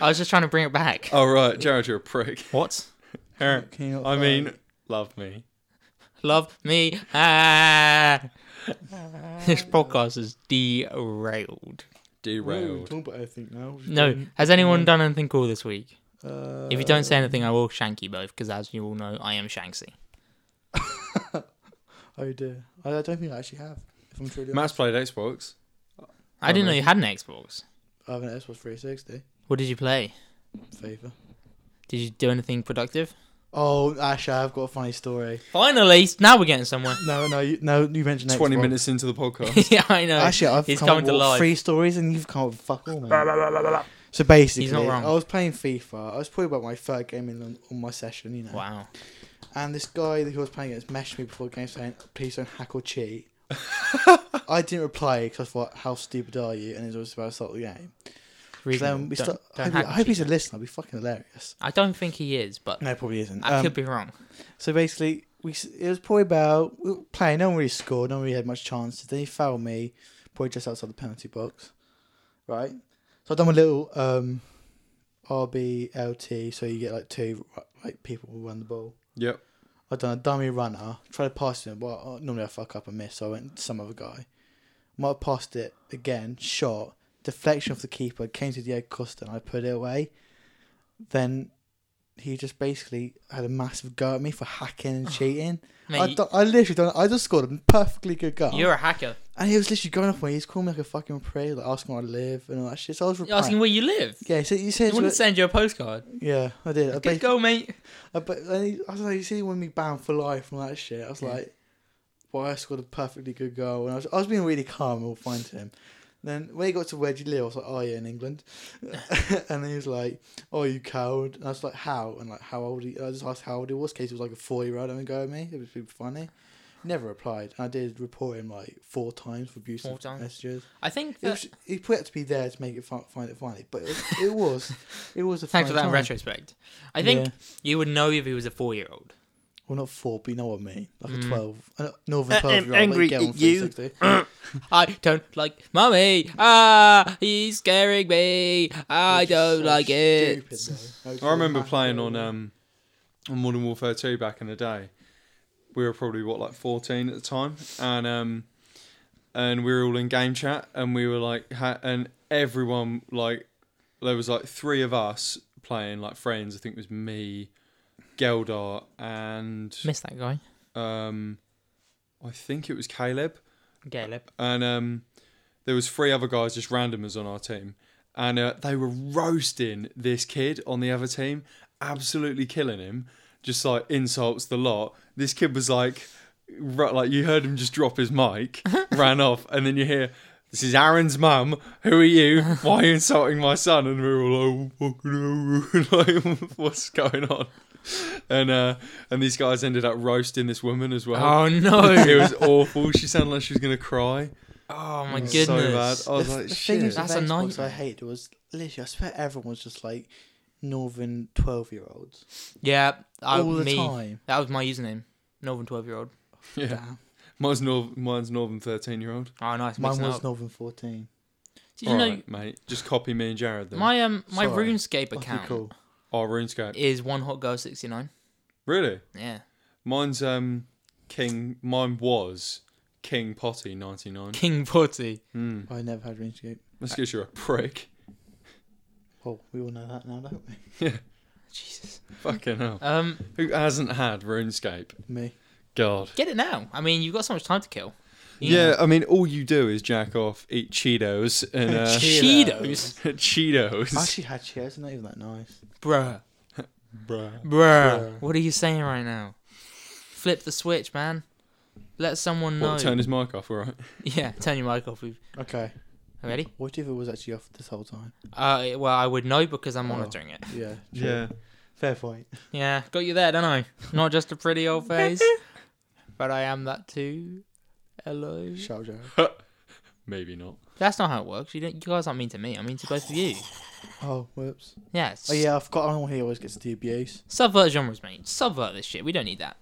Speaker 5: I was just trying to bring it back.
Speaker 3: All right, Jared, you're a prick.
Speaker 5: What?
Speaker 3: Eric,
Speaker 6: Can you not
Speaker 3: I
Speaker 6: find-
Speaker 3: mean, love me.
Speaker 5: Love me. Ah. this podcast is derailed.
Speaker 6: we're
Speaker 3: Derailed.
Speaker 6: talking about everything now. We're just
Speaker 5: No,
Speaker 6: doing,
Speaker 5: has anyone done anything cool this week?
Speaker 6: Uh,
Speaker 5: If you don't say anything, I will shank you both, because as you all know, I am Shanksy.
Speaker 6: oh dear, I, I don't think I actually have. If I'm truly
Speaker 3: Matt's played Xbox.
Speaker 5: I didn't know you had an Xbox.
Speaker 6: honest, I have an Xbox 360.
Speaker 5: What did you play?
Speaker 6: Favor.
Speaker 5: Did you do anything productive?
Speaker 6: Oh, actually, I've got a funny story.
Speaker 5: Finally, now we're getting somewhere.
Speaker 6: No, no, you, no. You mentioned Xbox.
Speaker 3: Twenty minutes into the podcast.
Speaker 5: yeah, I know.
Speaker 6: Actually, I've
Speaker 5: He's
Speaker 6: come
Speaker 5: coming
Speaker 6: up
Speaker 5: to
Speaker 6: with
Speaker 5: life.
Speaker 6: three stories, and you've come up with fuck all. Man. So basically,
Speaker 5: He's not wrong.
Speaker 6: I was playing FIFA. I was probably about my third game in on, on my session, you know.
Speaker 5: Wow.
Speaker 6: And this guy that he was playing against messaged me before the game saying, "Please don't hack or cheat." I didn't reply because I thought, "How stupid are you?" And it was about to start the game.
Speaker 5: Reasonable.
Speaker 6: Then we
Speaker 5: Don't-
Speaker 6: start.
Speaker 5: don't
Speaker 6: I hope,
Speaker 5: hack
Speaker 6: I
Speaker 5: and
Speaker 6: hope he's
Speaker 5: cheat.
Speaker 6: a listener. It'd be fucking hilarious.
Speaker 5: I don't think he is, but
Speaker 6: No, probably isn't.
Speaker 5: I
Speaker 6: Um,
Speaker 5: could be wrong.
Speaker 6: So basically, we s- it was probably about we were playing. No one really scored. No one really had much chances. Then he fouled me, probably just outside the penalty box, right? So I've done my little um, RBLT. So you get like two like people who run the ball.
Speaker 3: yep.
Speaker 6: I've done a dummy runner. Tried to pass him, but I- normally I fuck up and miss. So I went to some other guy. Might have passed it again. Shot deflection off the keeper. Came to Diego Costa and I put it away. Then. He just basically had a massive go at me for hacking and cheating.
Speaker 5: Mate,
Speaker 6: I, don't- I literally don't. I just scored a perfectly good goal.
Speaker 5: you're a hacker.
Speaker 6: and he was literally going off me. He's calling me like a fucking prayer, like asking where I live and all that shit. So I was
Speaker 5: You're asking
Speaker 6: replying.
Speaker 5: where you live.
Speaker 6: Yeah, so Uh, you said.
Speaker 5: He wouldn't send you a postcard.
Speaker 6: yeah, I did. I,
Speaker 5: Good
Speaker 6: ba-
Speaker 5: go, mate.
Speaker 6: I, ba- and Uh, he- I was like, you see, he wanted me banned for life and all that shit. I was like, well, I scored a perfectly good goal. And I was, I was being really calm all fine to him. Then when he got to where do you live, I was like, oh, yeah, in England. and he was like, oh, you coward. And I was like, how? And like, how old he, I just asked how old he was. Case he was like a four year old having a go at me. It was super funny. Never replied. And I did report him like four times for abusive
Speaker 5: Four times. Uh,
Speaker 6: messages.
Speaker 5: I think
Speaker 6: It
Speaker 5: that,
Speaker 6: was, he put had to be there to make it fun, find it funny, but it was it was, it was a
Speaker 5: thanks for
Speaker 6: funny
Speaker 5: that in
Speaker 6: time.
Speaker 5: retrospect. I think
Speaker 6: Yeah.
Speaker 5: you would know if he was a four year old.
Speaker 6: Well, not four, but you know what I mean. Like
Speaker 5: Mm.
Speaker 6: a uh, 12. A northern 12 year old.
Speaker 5: angry
Speaker 6: get on
Speaker 5: at you.
Speaker 6: 360.
Speaker 5: I don't like mummy. Ah, he's scaring me. I
Speaker 6: It's
Speaker 5: don't
Speaker 6: so
Speaker 5: like it.
Speaker 6: stupid, though. Like,
Speaker 3: I remember
Speaker 6: massive-
Speaker 3: playing on um on Modern Warfare 2 back in the day. We were probably what like 14 at the time and um and we were all in game chat and we were like ha- and everyone like there was like three of us playing like friends. I think it was me, Geldar and
Speaker 5: Miss that guy,
Speaker 3: um I think it was Caleb
Speaker 5: Caleb.
Speaker 3: and um, there was three other guys, just randomers on our team, and uh, they were roasting this kid on the other team, absolutely killing him, just like insults the lot. This kid was like, ru- like you heard him just drop his mic, ran off, and then you hear. This is Aaron's mum. Who are you? Why are you insulting my son? And we were all like, "Oh, fucking hell," like, what's going on? and uh, and these guys ended up roasting this woman as well.
Speaker 5: Oh
Speaker 3: it
Speaker 5: no!
Speaker 3: was awful. She sounded like she was gonna cry.
Speaker 5: oh my
Speaker 3: So
Speaker 5: goodness!
Speaker 3: bad. I was
Speaker 6: the,
Speaker 3: like,
Speaker 6: the
Speaker 3: shit.
Speaker 6: thing is,
Speaker 5: That's
Speaker 6: that's
Speaker 5: a
Speaker 6: Xbox
Speaker 5: nightmare.
Speaker 6: I hate was literally. I swear everyone was just like northern twelve-year-olds.
Speaker 5: Yeah, I,
Speaker 6: All the
Speaker 5: me.
Speaker 6: time.
Speaker 5: That was my username. Northern twelve year old.
Speaker 3: yeah,
Speaker 6: Damn.
Speaker 3: mine's North, mine's Northern thirteen year old.
Speaker 5: Oh nice.
Speaker 6: Mine
Speaker 5: mixing it
Speaker 6: was
Speaker 5: up.
Speaker 6: northern fourteen.
Speaker 5: Did you know
Speaker 3: mate? Just copy me and Jared then.
Speaker 5: my um my
Speaker 6: Sorry.
Speaker 5: RuneScape
Speaker 6: Must be
Speaker 5: account
Speaker 6: cool.
Speaker 3: oh, RuneScape.
Speaker 5: is one hot girl sixty nine.
Speaker 3: really?
Speaker 5: Yeah.
Speaker 3: Mine's um King. Mine was King Potty ninety nine.
Speaker 5: King Potty.
Speaker 6: I never had RuneScape.
Speaker 3: Let's get you a prick.
Speaker 6: Well, we all know that now, don't we?
Speaker 5: Jesus.
Speaker 3: Fucking hell.
Speaker 5: Um,
Speaker 3: Who hasn't had RuneScape?
Speaker 6: Me.
Speaker 3: God.
Speaker 5: get it now. I mean, you've got so much time to kill.
Speaker 3: Yeah, I mean, all you do is jack off, eat Cheetos, and uh,
Speaker 5: Cheetos,
Speaker 6: I
Speaker 3: Cheetos.
Speaker 6: actually had chairs, not even that nice.
Speaker 5: bruh,
Speaker 3: Bruh.
Speaker 5: bruh. What are you saying right now? Flip the switch, man. Let someone know.
Speaker 3: What, turn his mic off, all right?
Speaker 5: yeah, turn your mic off. We've...
Speaker 6: Okay.
Speaker 5: Ready?
Speaker 6: What if it was actually off this whole time?
Speaker 5: Uh, well, I would know because I'm monitoring it.
Speaker 6: Yeah. true.
Speaker 3: Yeah.
Speaker 6: Fair point.
Speaker 5: Yeah, got you there, don't I? Not just a pretty old face, but I am that too. Hello.
Speaker 6: Shout out. Jared.
Speaker 3: Maybe not.
Speaker 5: That's not how it works. You don't. You guys aren't mean to me. I mean to both of you.
Speaker 6: Oh, whoops.
Speaker 5: Yes.
Speaker 6: Oh yeah, I've got on here. Always gets the abuse.
Speaker 5: Subvert genres, mate. Subvert this shit. We don't need that.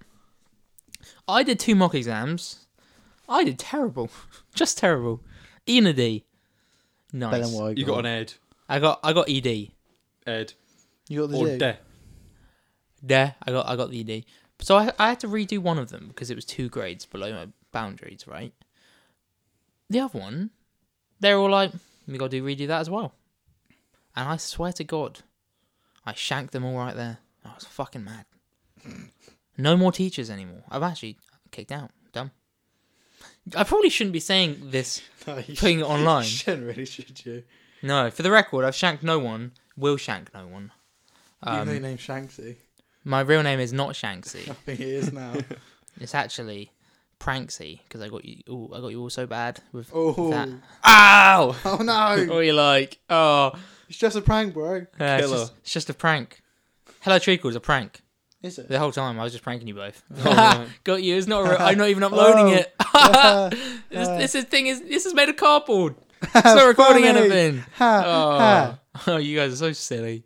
Speaker 5: I did two mock exams. I did terrible. Just terrible. E and a D.
Speaker 6: Better than
Speaker 5: Nice.
Speaker 6: what I
Speaker 3: You got an Ed.
Speaker 5: I got I got E ED.
Speaker 3: Ed.
Speaker 6: You got the
Speaker 3: Or
Speaker 6: D?
Speaker 3: De.
Speaker 5: There, I got I got the ED. So I I had to redo one of them because it was two grades below my boundaries, right? The other one, they're all like, we gotta do redo that as well. And I swear to God, I shanked them all right there. I was fucking mad. No more teachers anymore. I've actually kicked out. Dumb. I probably shouldn't be saying this
Speaker 6: No, you
Speaker 5: putting it online.
Speaker 6: shouldn't really, should you?
Speaker 5: No, for the record, I've shanked no one, will shank no one.
Speaker 6: you know
Speaker 5: Um,
Speaker 6: your name's Shanksy.
Speaker 5: my real name is not Shanksy.
Speaker 6: I think it is now.
Speaker 5: It's actually pranksy because I got you. Ooh, I got you all so bad with
Speaker 6: Oh.
Speaker 5: that. Ow!
Speaker 6: oh no!
Speaker 5: What are you like? Oh,
Speaker 6: It's just a prank, bro.
Speaker 5: uh, it's,
Speaker 3: Killer.
Speaker 5: just, it's just a prank. Hello Treacle is a prank.
Speaker 6: Is it?
Speaker 5: The whole time I was just pranking you both.
Speaker 3: right.
Speaker 5: got you. It's not. Real. I'm not even uploading it.
Speaker 6: Oh.
Speaker 5: this, this is thing is this is made of cardboard. It's not recording
Speaker 6: funny.
Speaker 5: anything.
Speaker 6: Ha
Speaker 5: Oh.
Speaker 6: ha.
Speaker 5: oh, you guys are so silly.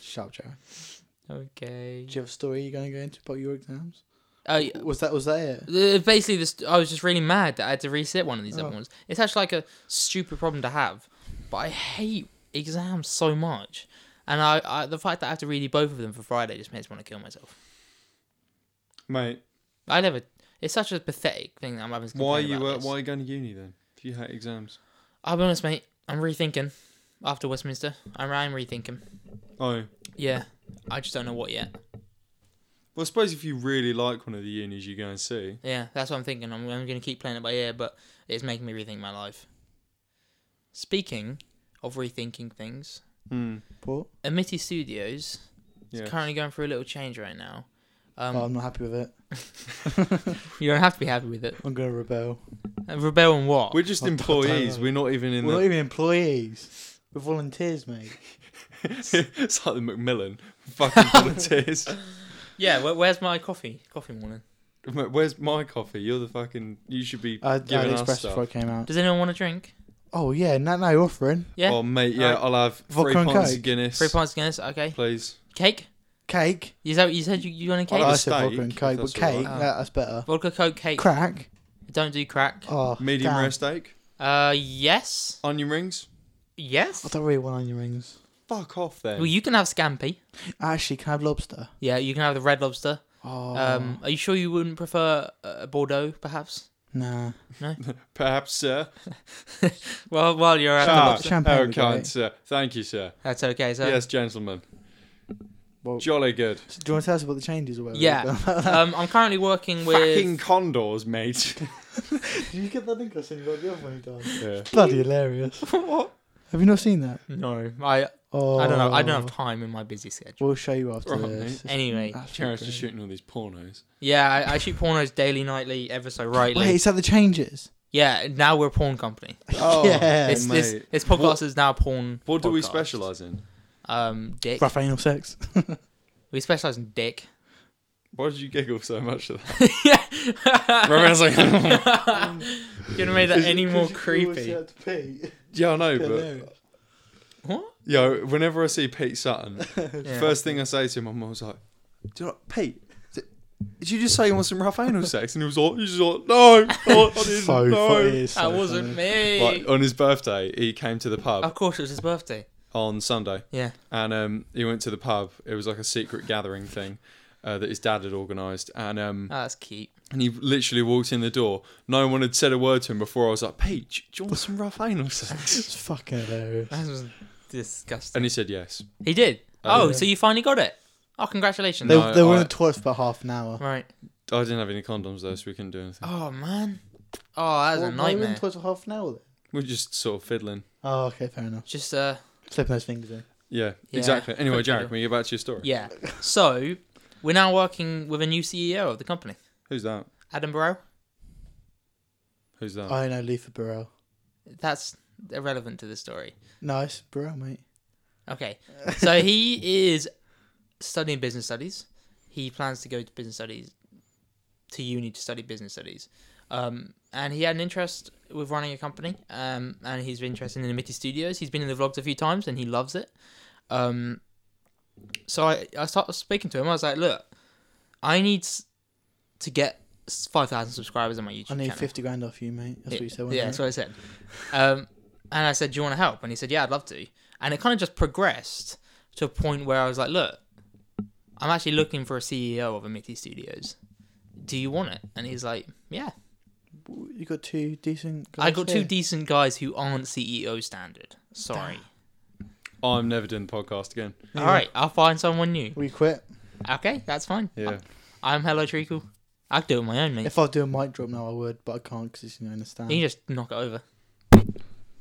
Speaker 6: Shout out. Jared.
Speaker 5: Okay.
Speaker 6: Do you have a story you're going to go into about your exams?
Speaker 5: Uh,
Speaker 6: Was that was that it?
Speaker 5: Uh, basically this i was just really mad that i had to resit one of these
Speaker 6: Oh.
Speaker 5: other ones it's actually like a stupid problem to have but i hate exams so much and I, I the fact that i have to redo both of them for friday just makes me want to kill myself
Speaker 3: Mate,
Speaker 5: i never it's such a pathetic thing that i'm having to
Speaker 3: why are
Speaker 5: complain
Speaker 3: you
Speaker 5: about
Speaker 3: uh,
Speaker 5: this.
Speaker 3: why are you going to uni then? If you hate exams.
Speaker 5: i'll be honest mate i'm rethinking after westminster i'm, I'm rethinking
Speaker 3: Oh.
Speaker 5: yeah i just don't know what yet
Speaker 3: Well, I suppose if you really like one of the unis you go and see.
Speaker 5: yeah that's what i'm thinking i'm, I'm going to keep playing it by ear but it's making me rethink my life speaking of rethinking things
Speaker 3: Hmm.
Speaker 6: What?
Speaker 5: Amity Studios is
Speaker 3: Yeah.
Speaker 5: currently going through a little change right now. Um,
Speaker 6: Oh, I'm not happy with it.
Speaker 5: you don't have to be happy with it.
Speaker 6: I'm going to rebel.
Speaker 5: Uh, Rebel and what?
Speaker 3: We're just
Speaker 6: I don't
Speaker 3: employees.
Speaker 6: know.
Speaker 3: We're not even in
Speaker 6: We're not
Speaker 3: the.
Speaker 6: even employees. We're volunteers, mate.
Speaker 3: it's like the Macmillan. Fucking volunteers.
Speaker 5: yeah, where, where's my coffee? Coffee morning.
Speaker 3: Mate, Where's my coffee? You're the fucking. You should be
Speaker 6: I, I had
Speaker 3: giving us
Speaker 6: expressed
Speaker 3: stuff.
Speaker 6: before I came out.
Speaker 5: Does anyone want a drink?
Speaker 6: Oh yeah, no, no, you're offering
Speaker 5: Yeah.
Speaker 3: Oh mate, yeah,
Speaker 5: Alright.
Speaker 3: I'll have three
Speaker 6: Vodka and
Speaker 3: pints of
Speaker 6: Coke?
Speaker 3: Guinness,
Speaker 5: Three pints of Guinness. Okay.
Speaker 3: please.
Speaker 5: Cake?
Speaker 6: cake. Oh,
Speaker 5: Is that what you said you, you want a cake?
Speaker 3: like
Speaker 6: I
Speaker 3: a
Speaker 6: said vodka
Speaker 3: steak,
Speaker 6: and
Speaker 3: if
Speaker 6: coke, but
Speaker 3: that's
Speaker 6: cake
Speaker 5: alright.
Speaker 6: that- that's better.
Speaker 5: Vodka, Coke, cake.
Speaker 6: Crack.
Speaker 5: Don't do crack.
Speaker 6: Oh,
Speaker 3: Medium
Speaker 6: damn.
Speaker 3: rare steak,
Speaker 5: Uh, yes.
Speaker 3: onion rings.
Speaker 6: I
Speaker 5: Yes.
Speaker 6: don't really want onion rings.
Speaker 3: Fuck off then.
Speaker 5: Well, you can have scampi.
Speaker 6: Actually, can I have lobster?
Speaker 5: Yeah, you can have the red lobster.
Speaker 6: Oh,
Speaker 5: Um, are you sure you wouldn't prefer uh, Bordeaux, perhaps?
Speaker 6: nah.
Speaker 3: Perhaps, sir.
Speaker 5: Well, while you're at the
Speaker 3: Ah,
Speaker 5: lobster.
Speaker 6: champagne
Speaker 3: oh,
Speaker 6: would be
Speaker 3: kind
Speaker 6: great.
Speaker 3: sir. Thank you, sir.
Speaker 5: That's okay. So
Speaker 3: yes, gentlemen.
Speaker 6: Well,
Speaker 3: Jolly good.
Speaker 6: so do you want to tell us about the changes or whatever?
Speaker 5: Yeah. um, I'm currently working with.
Speaker 3: Fucking condors, mate.
Speaker 6: Did you get that link I sent you? Got the other one done.
Speaker 3: yeah.
Speaker 6: Bloody hilarious.
Speaker 5: What?
Speaker 6: Have you not seen that?
Speaker 5: No, I
Speaker 6: Oh,
Speaker 5: I don't know. I don't have time in my busy schedule.
Speaker 6: We'll show you after
Speaker 3: Right,
Speaker 6: this.
Speaker 3: mate.
Speaker 6: It's
Speaker 5: Anyway.
Speaker 6: absolutely
Speaker 3: Jared's
Speaker 6: great.
Speaker 3: just shooting all these pornos.
Speaker 5: Yeah, I, I shoot pornos daily, nightly, ever so rightly.
Speaker 6: Wait, is that the changes?
Speaker 5: Yeah, now we're a porn company.
Speaker 3: Oh,
Speaker 6: Yeah.
Speaker 5: This this
Speaker 3: mate.
Speaker 5: this podcast is now a porn.
Speaker 3: What do we
Speaker 5: podcast.
Speaker 3: specialise in?
Speaker 5: Um, dick.
Speaker 6: Rough anal sex.
Speaker 5: We specialise in dick.
Speaker 3: Why did you giggle so much at that?
Speaker 5: yeah.
Speaker 3: Remember, I was like,
Speaker 5: Couldn't have made that any more creepy.
Speaker 3: yeah, I know,
Speaker 6: But...
Speaker 3: but
Speaker 5: What?
Speaker 3: yo, whenever I see Pete Sutton,
Speaker 5: Yeah.
Speaker 3: first thing I say to him, I'm always like, "Do you like Pete? Did did you just say you want some rough anal sex?" And he was like, "He's just like, no, I didn't,
Speaker 6: So
Speaker 3: no."
Speaker 6: fu- it is so
Speaker 5: that wasn't
Speaker 6: funny.
Speaker 5: me.
Speaker 3: Like on his birthday, he came to the pub
Speaker 5: of course, it was his birthday.
Speaker 3: on Sunday.
Speaker 5: Yeah.
Speaker 3: and um, he went to the pub. It was like a secret gathering thing uh, that his dad had organised, and um,
Speaker 5: Oh, that's cute.
Speaker 3: and he literally walked in the door. No one had said a word to him before. I was like, "Peach, do you want some rough anal sex?"
Speaker 6: It's fucking hilarious.
Speaker 5: That was disgusting.
Speaker 3: and he said yes.
Speaker 5: He did. Oh, so you finally got it. Oh, congratulations.
Speaker 6: They,
Speaker 3: No,
Speaker 6: they were
Speaker 3: I-
Speaker 6: in the toilet for about half an hour.
Speaker 5: Right.
Speaker 3: I didn't have any condoms though, so we couldn't do anything.
Speaker 5: Oh, man. Oh, that was a
Speaker 6: Why- why were they in
Speaker 5: nightmare.
Speaker 6: the toilet for half an hour then?
Speaker 3: We're just sort of fiddling.
Speaker 6: Oh, okay, fair enough.
Speaker 5: Just, uh,
Speaker 6: Slipping those fingers in.
Speaker 3: Yeah,
Speaker 5: Yeah.
Speaker 3: exactly. Anyway,
Speaker 5: Quick
Speaker 3: Jared,
Speaker 5: fiddle.
Speaker 3: can we get back to your story?
Speaker 5: yeah. So, we're now working with a new CEO of the company,
Speaker 3: Who's that?
Speaker 5: Adam Burrow.
Speaker 3: Who's
Speaker 5: Oh.
Speaker 3: that?
Speaker 6: I know Luther Burrell.
Speaker 5: That's irrelevant to the story.
Speaker 6: Nice, Burrell, mate.
Speaker 5: Okay. So, he is studying business studies. He plans to go to business studies, to uni to study business studies. Um, and he had an interest with running a company, um, and he's interested in the Mitty Studios. He's been in the vlogs a few times, and he loves it. Um, so I, I started speaking to him. I was like, "Look, I need s- to get five thousand subscribers on my YouTube
Speaker 6: I need
Speaker 5: channel."
Speaker 6: fifty grand off you, mate. That's what you said. wasn't
Speaker 5: yeah,
Speaker 6: it?
Speaker 5: that's what I said. Um, and I said, "Do you want to help?" And he said, "Yeah, I'd love to." And it kind of just progressed to a point where I was like, "Look, I'm actually looking for a CEO of Amity Studios. Do you want it?" And he's like, "Yeah."
Speaker 6: You got two decent. Guys
Speaker 5: I got two
Speaker 6: here.
Speaker 5: decent guys who aren't CEO standard. Sorry.
Speaker 3: I'm never doing the podcast again.
Speaker 5: All right, I'll find someone new.
Speaker 6: We quit.
Speaker 5: Okay, that's fine.
Speaker 3: Yeah.
Speaker 5: I'm hello treacle. I could do it on my own, mate.
Speaker 6: If I was doing mic drop now, I would, but I can't because it's you know in the stand.
Speaker 5: You can just knock it over.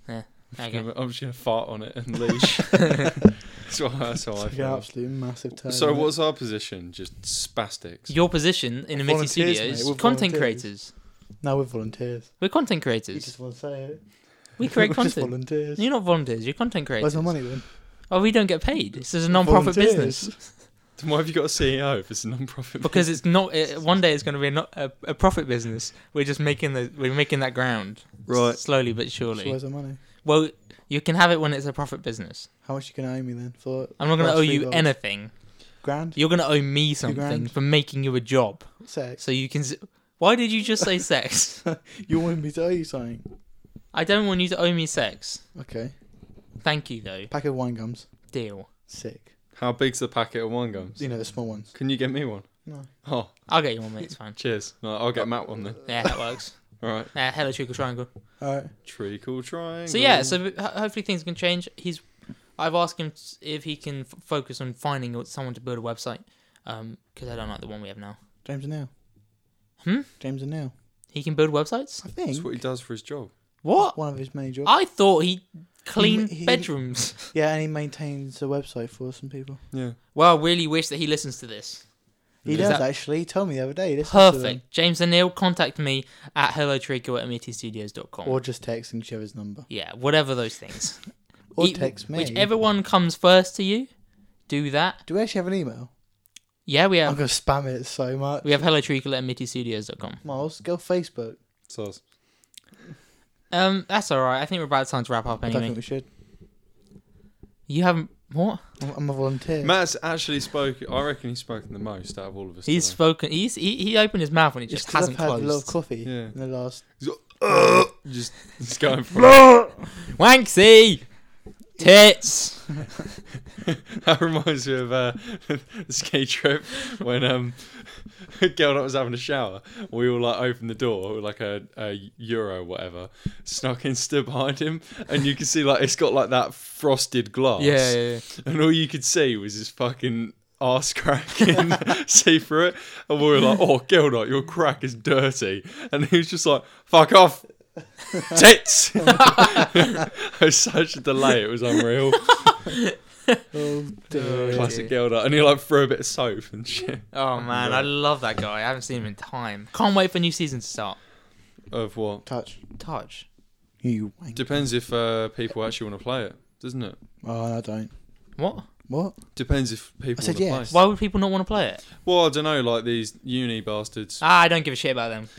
Speaker 5: Yeah. there you go.
Speaker 3: I'm just gonna fart on it and leash. that's, what, that's how I
Speaker 6: It's like an
Speaker 3: feel.
Speaker 6: absolute massive turn.
Speaker 3: So
Speaker 6: isn't it?
Speaker 3: what's our position? Just spastics.
Speaker 5: Your position in Amity
Speaker 6: Volunteers, mate,
Speaker 5: Studios,
Speaker 6: we're
Speaker 5: content
Speaker 6: volunteers.
Speaker 5: creators.
Speaker 6: No, we're volunteers.
Speaker 5: We're content
Speaker 6: We
Speaker 5: creators.
Speaker 6: just want to say it.
Speaker 5: We create
Speaker 6: we're just
Speaker 5: content.
Speaker 6: volunteers.
Speaker 5: You're not volunteers. You're content creators.
Speaker 6: Where's my money then?
Speaker 5: Oh, we don't get paid. This is a non-profit
Speaker 6: Volunteers.
Speaker 5: business
Speaker 3: Then Why have you got a CEO if it's a non-profit?
Speaker 5: because it's not. It, one day it's going to be a, not, a, a profit business. We're just making the. We're making that ground.
Speaker 3: Right.
Speaker 5: Slowly but
Speaker 6: So
Speaker 5: surely.
Speaker 6: where's my money?
Speaker 5: Well, you can have it when it's a profit business.
Speaker 6: How much you gonna owe me then for?
Speaker 5: I'm not going to
Speaker 6: last
Speaker 5: owe
Speaker 6: three
Speaker 5: you
Speaker 6: dollars?
Speaker 5: anything.
Speaker 6: Grand
Speaker 5: You're going to owe me something
Speaker 6: grand.
Speaker 5: for making you a job.
Speaker 6: sex.
Speaker 5: So you can. s- Why did you just say sex?
Speaker 6: You wanted me to owe you something?
Speaker 5: I don't want you to owe me sex.
Speaker 6: Okay.
Speaker 5: Thank you though.
Speaker 6: Pack of wine gums.
Speaker 5: Deal.
Speaker 6: Sick.
Speaker 3: How big's the packet of wine gums?
Speaker 6: You know the small ones.
Speaker 3: Can you get me one?
Speaker 6: No.
Speaker 3: Oh,
Speaker 5: I'll get you one, mate. It's fine.
Speaker 3: cheers. No, I'll get Matt one then.
Speaker 5: Yeah, that works.
Speaker 3: All right.
Speaker 5: Yeah, hello, Trickle Triangle.
Speaker 6: All right.
Speaker 3: Treacle triangle.
Speaker 5: So yeah, so ho- hopefully things can change. He's, I've asked him s- if he can f- focus on finding someone to build a website, um, because I don't like the one we have now.
Speaker 6: James and Neil.
Speaker 5: Hmm?
Speaker 6: James and Neil.
Speaker 5: He can build websites.
Speaker 6: I think
Speaker 3: That's what he does for his job.
Speaker 5: What?
Speaker 6: one of his many jobs.
Speaker 5: I thought he cleaned
Speaker 6: He- he-
Speaker 5: bedrooms.
Speaker 6: Yeah, and he maintains a website for some people.
Speaker 3: Yeah.
Speaker 5: well, I really wish that he listens to this.
Speaker 6: He
Speaker 5: Is
Speaker 6: does
Speaker 5: that-
Speaker 6: actually. He told me the other day. He listens to them.
Speaker 5: Perfect. James and Neil, contact me at hellotrico at E metstudios.com.
Speaker 6: Or just text whichever's number.
Speaker 5: yeah, whatever those things.
Speaker 6: Or
Speaker 5: E-
Speaker 6: text me.
Speaker 5: Whichever one comes first to you, do that.
Speaker 6: Do we actually have an email?
Speaker 5: Yeah, we
Speaker 6: I'm
Speaker 5: have
Speaker 6: gonna spam it so much.
Speaker 5: we have hellotrico at E metstudios.com.
Speaker 6: Miles, go Facebook.
Speaker 3: So
Speaker 5: Um, that's all right. I think we're about time to wrap up
Speaker 6: I don't
Speaker 5: anyway.
Speaker 6: think we should.
Speaker 5: You haven't what?
Speaker 6: I'm, I'm a volunteer.
Speaker 3: Matt's actually spoken. I reckon he's spoken the most out of all of us.
Speaker 5: He's
Speaker 3: today.
Speaker 5: spoken. He's he, he opened his mouth and it
Speaker 6: It's
Speaker 5: just
Speaker 6: 'cause
Speaker 5: hasn't
Speaker 6: I've had a lot of
Speaker 5: closed.
Speaker 6: coffee
Speaker 3: Yeah.
Speaker 6: in the last.
Speaker 3: just he's going for it.
Speaker 5: Wanksy, tits.
Speaker 3: That reminds me of uh, the skate trip when um, a girl that was having a shower. We all like opened the door like a, a euro whatever, snuck in, stood behind him, and you can see like it's got like that frosted glass.
Speaker 5: Yeah, yeah, yeah.
Speaker 3: and all you could see was his fucking ass cracking see through it and we were like oh Gildart your crack is dirty and he was just like fuck off tits it was such a delay it was unreal
Speaker 6: Oh dear.
Speaker 3: classic Gildart and he like threw a bit of soap and shit
Speaker 5: Oh man, I love that guy. I haven't seen him in time. Can't wait for new season to start.
Speaker 3: of what
Speaker 6: Touch.
Speaker 5: Touch.
Speaker 6: You wank.
Speaker 3: depends if uh, people actually want to play it doesn't it
Speaker 6: Oh, no, I don't.
Speaker 5: What?
Speaker 6: What?
Speaker 3: Depends if people
Speaker 6: I said
Speaker 3: wanna
Speaker 6: yes.
Speaker 3: play.
Speaker 5: Why would people not want to play it?
Speaker 3: Well, I don't know, like these uni bastards.
Speaker 5: Ah, I don't give a shit about them.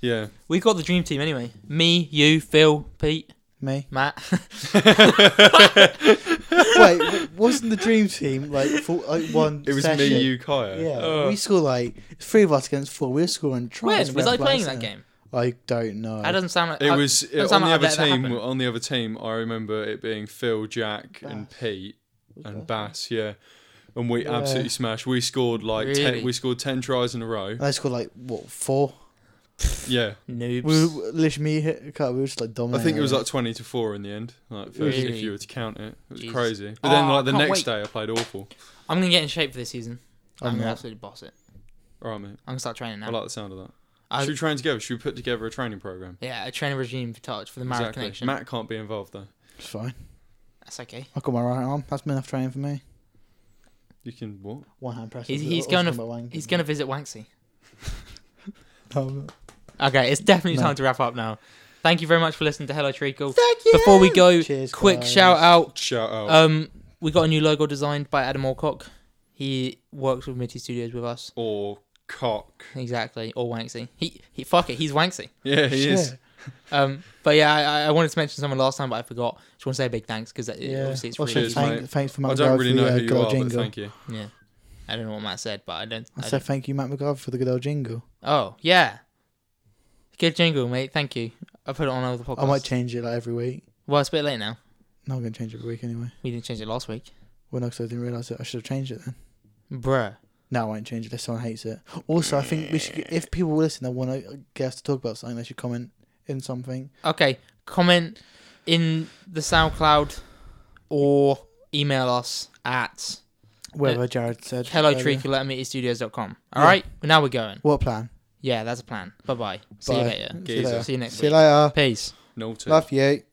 Speaker 3: Yeah.
Speaker 5: We got the dream team anyway. Me, you, Phil, Pete,
Speaker 6: Me?
Speaker 5: Matt.
Speaker 6: Wait, w- wasn't the dream team like, for, like one?
Speaker 3: It was
Speaker 6: session?
Speaker 3: me, you, Kaya.
Speaker 6: Yeah,
Speaker 3: Uh,
Speaker 6: we scored like three of us against four. We were scoring tries.
Speaker 5: Weird. Was I
Speaker 6: left, right,
Speaker 5: playing that
Speaker 6: centre.
Speaker 5: game?
Speaker 6: I don't know.
Speaker 5: That doesn't sound like
Speaker 3: it
Speaker 5: I-
Speaker 3: was
Speaker 5: doesn't
Speaker 3: it, on
Speaker 5: sound
Speaker 3: the
Speaker 5: Uh, like
Speaker 3: other
Speaker 5: I'd let that
Speaker 3: team.
Speaker 5: happen.
Speaker 3: On the other team, I remember it being Phil, Jack, and Pete and Bass. Yeah, and we absolutely smashed. We scored like
Speaker 5: Really?
Speaker 3: ten, we scored ten tries in a row.
Speaker 6: And I scored like what four?
Speaker 3: Yeah,
Speaker 5: Noobs.
Speaker 6: We were, literally me hit. We were just like
Speaker 3: I
Speaker 6: dominating.
Speaker 3: think it was like twenty to four in the end. Like if- if
Speaker 5: Really?
Speaker 3: you were to count it, it was
Speaker 5: Jesus.
Speaker 3: crazy. But then
Speaker 5: Oh, I
Speaker 3: like the
Speaker 5: can't
Speaker 3: next
Speaker 5: wait.
Speaker 3: day, I played awful.
Speaker 5: I'm gonna get in shape for this season. I'm,
Speaker 6: I'm
Speaker 5: gonna
Speaker 6: not.
Speaker 5: absolutely boss it.
Speaker 3: All right, mate.
Speaker 5: I'm gonna start
Speaker 6: Ah.
Speaker 5: training now.
Speaker 3: I like the sound of that.
Speaker 5: I-
Speaker 3: Should we train together? Should we put together a training program?
Speaker 5: yeah, a training regime for touch for the marriage
Speaker 3: Exactly.
Speaker 5: connection.
Speaker 3: Matt can't be involved though.
Speaker 6: It's fine.
Speaker 5: That's okay.
Speaker 6: I got my right arm. That's been enough training for me.
Speaker 3: You can what?
Speaker 6: One hand press.
Speaker 5: He's,
Speaker 6: is
Speaker 5: he's
Speaker 6: also
Speaker 5: gonna
Speaker 6: my wanking.
Speaker 5: he's gonna visit Wanksy.
Speaker 6: Um,
Speaker 5: Okay, it's definitely
Speaker 6: No.
Speaker 5: time to wrap up now. Thank you very much for listening to Hello Treacle.
Speaker 6: Thank you.
Speaker 5: Before we go,
Speaker 6: Cheers,
Speaker 5: quick
Speaker 6: guys.
Speaker 5: shout out.
Speaker 3: Shout out.
Speaker 5: Um, we got a new logo designed by Adam Alcock. He works with Mitty Studios with us.
Speaker 3: or cock.
Speaker 5: Exactly, or Wanksy. He, he fuck it, he's Wanksy.
Speaker 3: Yeah, he is.
Speaker 6: Yeah.
Speaker 5: Um, but yeah, I, I- I wanted to mention someone last time, but I forgot. Just want to say a big thanks because
Speaker 6: Yeah.
Speaker 5: obviously it's
Speaker 6: Also,
Speaker 5: really
Speaker 3: Cheers,
Speaker 6: thank,
Speaker 3: mate.
Speaker 6: thanks for Matt
Speaker 3: I don't
Speaker 6: McGrath
Speaker 3: really
Speaker 6: for the,
Speaker 3: know
Speaker 6: uh,
Speaker 3: who
Speaker 6: good
Speaker 3: you
Speaker 6: old
Speaker 3: are, but
Speaker 6: jingle.
Speaker 3: thank you.
Speaker 5: yeah. I don't know what Matt said, but I don't.
Speaker 6: I
Speaker 5: I
Speaker 6: said
Speaker 5: don't-
Speaker 6: thank you, Matt McGrath, for the good old jingle.
Speaker 5: oh yeah, good jingle, mate. Thank you. I put it on all the podcasts.
Speaker 6: I might change it like every week.
Speaker 5: well, it's a bit late now.
Speaker 6: No, I'm gonna change it every week anyway.
Speaker 5: We didn't change it last week,
Speaker 6: Well, no, 'cause I didn't realize it. I should have changed it then.
Speaker 5: bruh.
Speaker 6: No, I won't change it if someone hates it. Also, I think we should. If people listen and want to get us to talk about something, they should comment in something.
Speaker 5: Okay, comment in the SoundCloud or email us at
Speaker 6: Whether Jared said
Speaker 5: hello
Speaker 6: earlier.
Speaker 5: treacle at meetystudios.com. All right, well, now we're going.
Speaker 6: What plan?
Speaker 5: Yeah, that's a plan. Bye bye. See you
Speaker 6: Bye.
Speaker 5: later.
Speaker 6: See you later.
Speaker 5: See you next
Speaker 6: See you
Speaker 5: week.
Speaker 6: later.
Speaker 5: Peace.
Speaker 3: Naughty.
Speaker 6: Love you.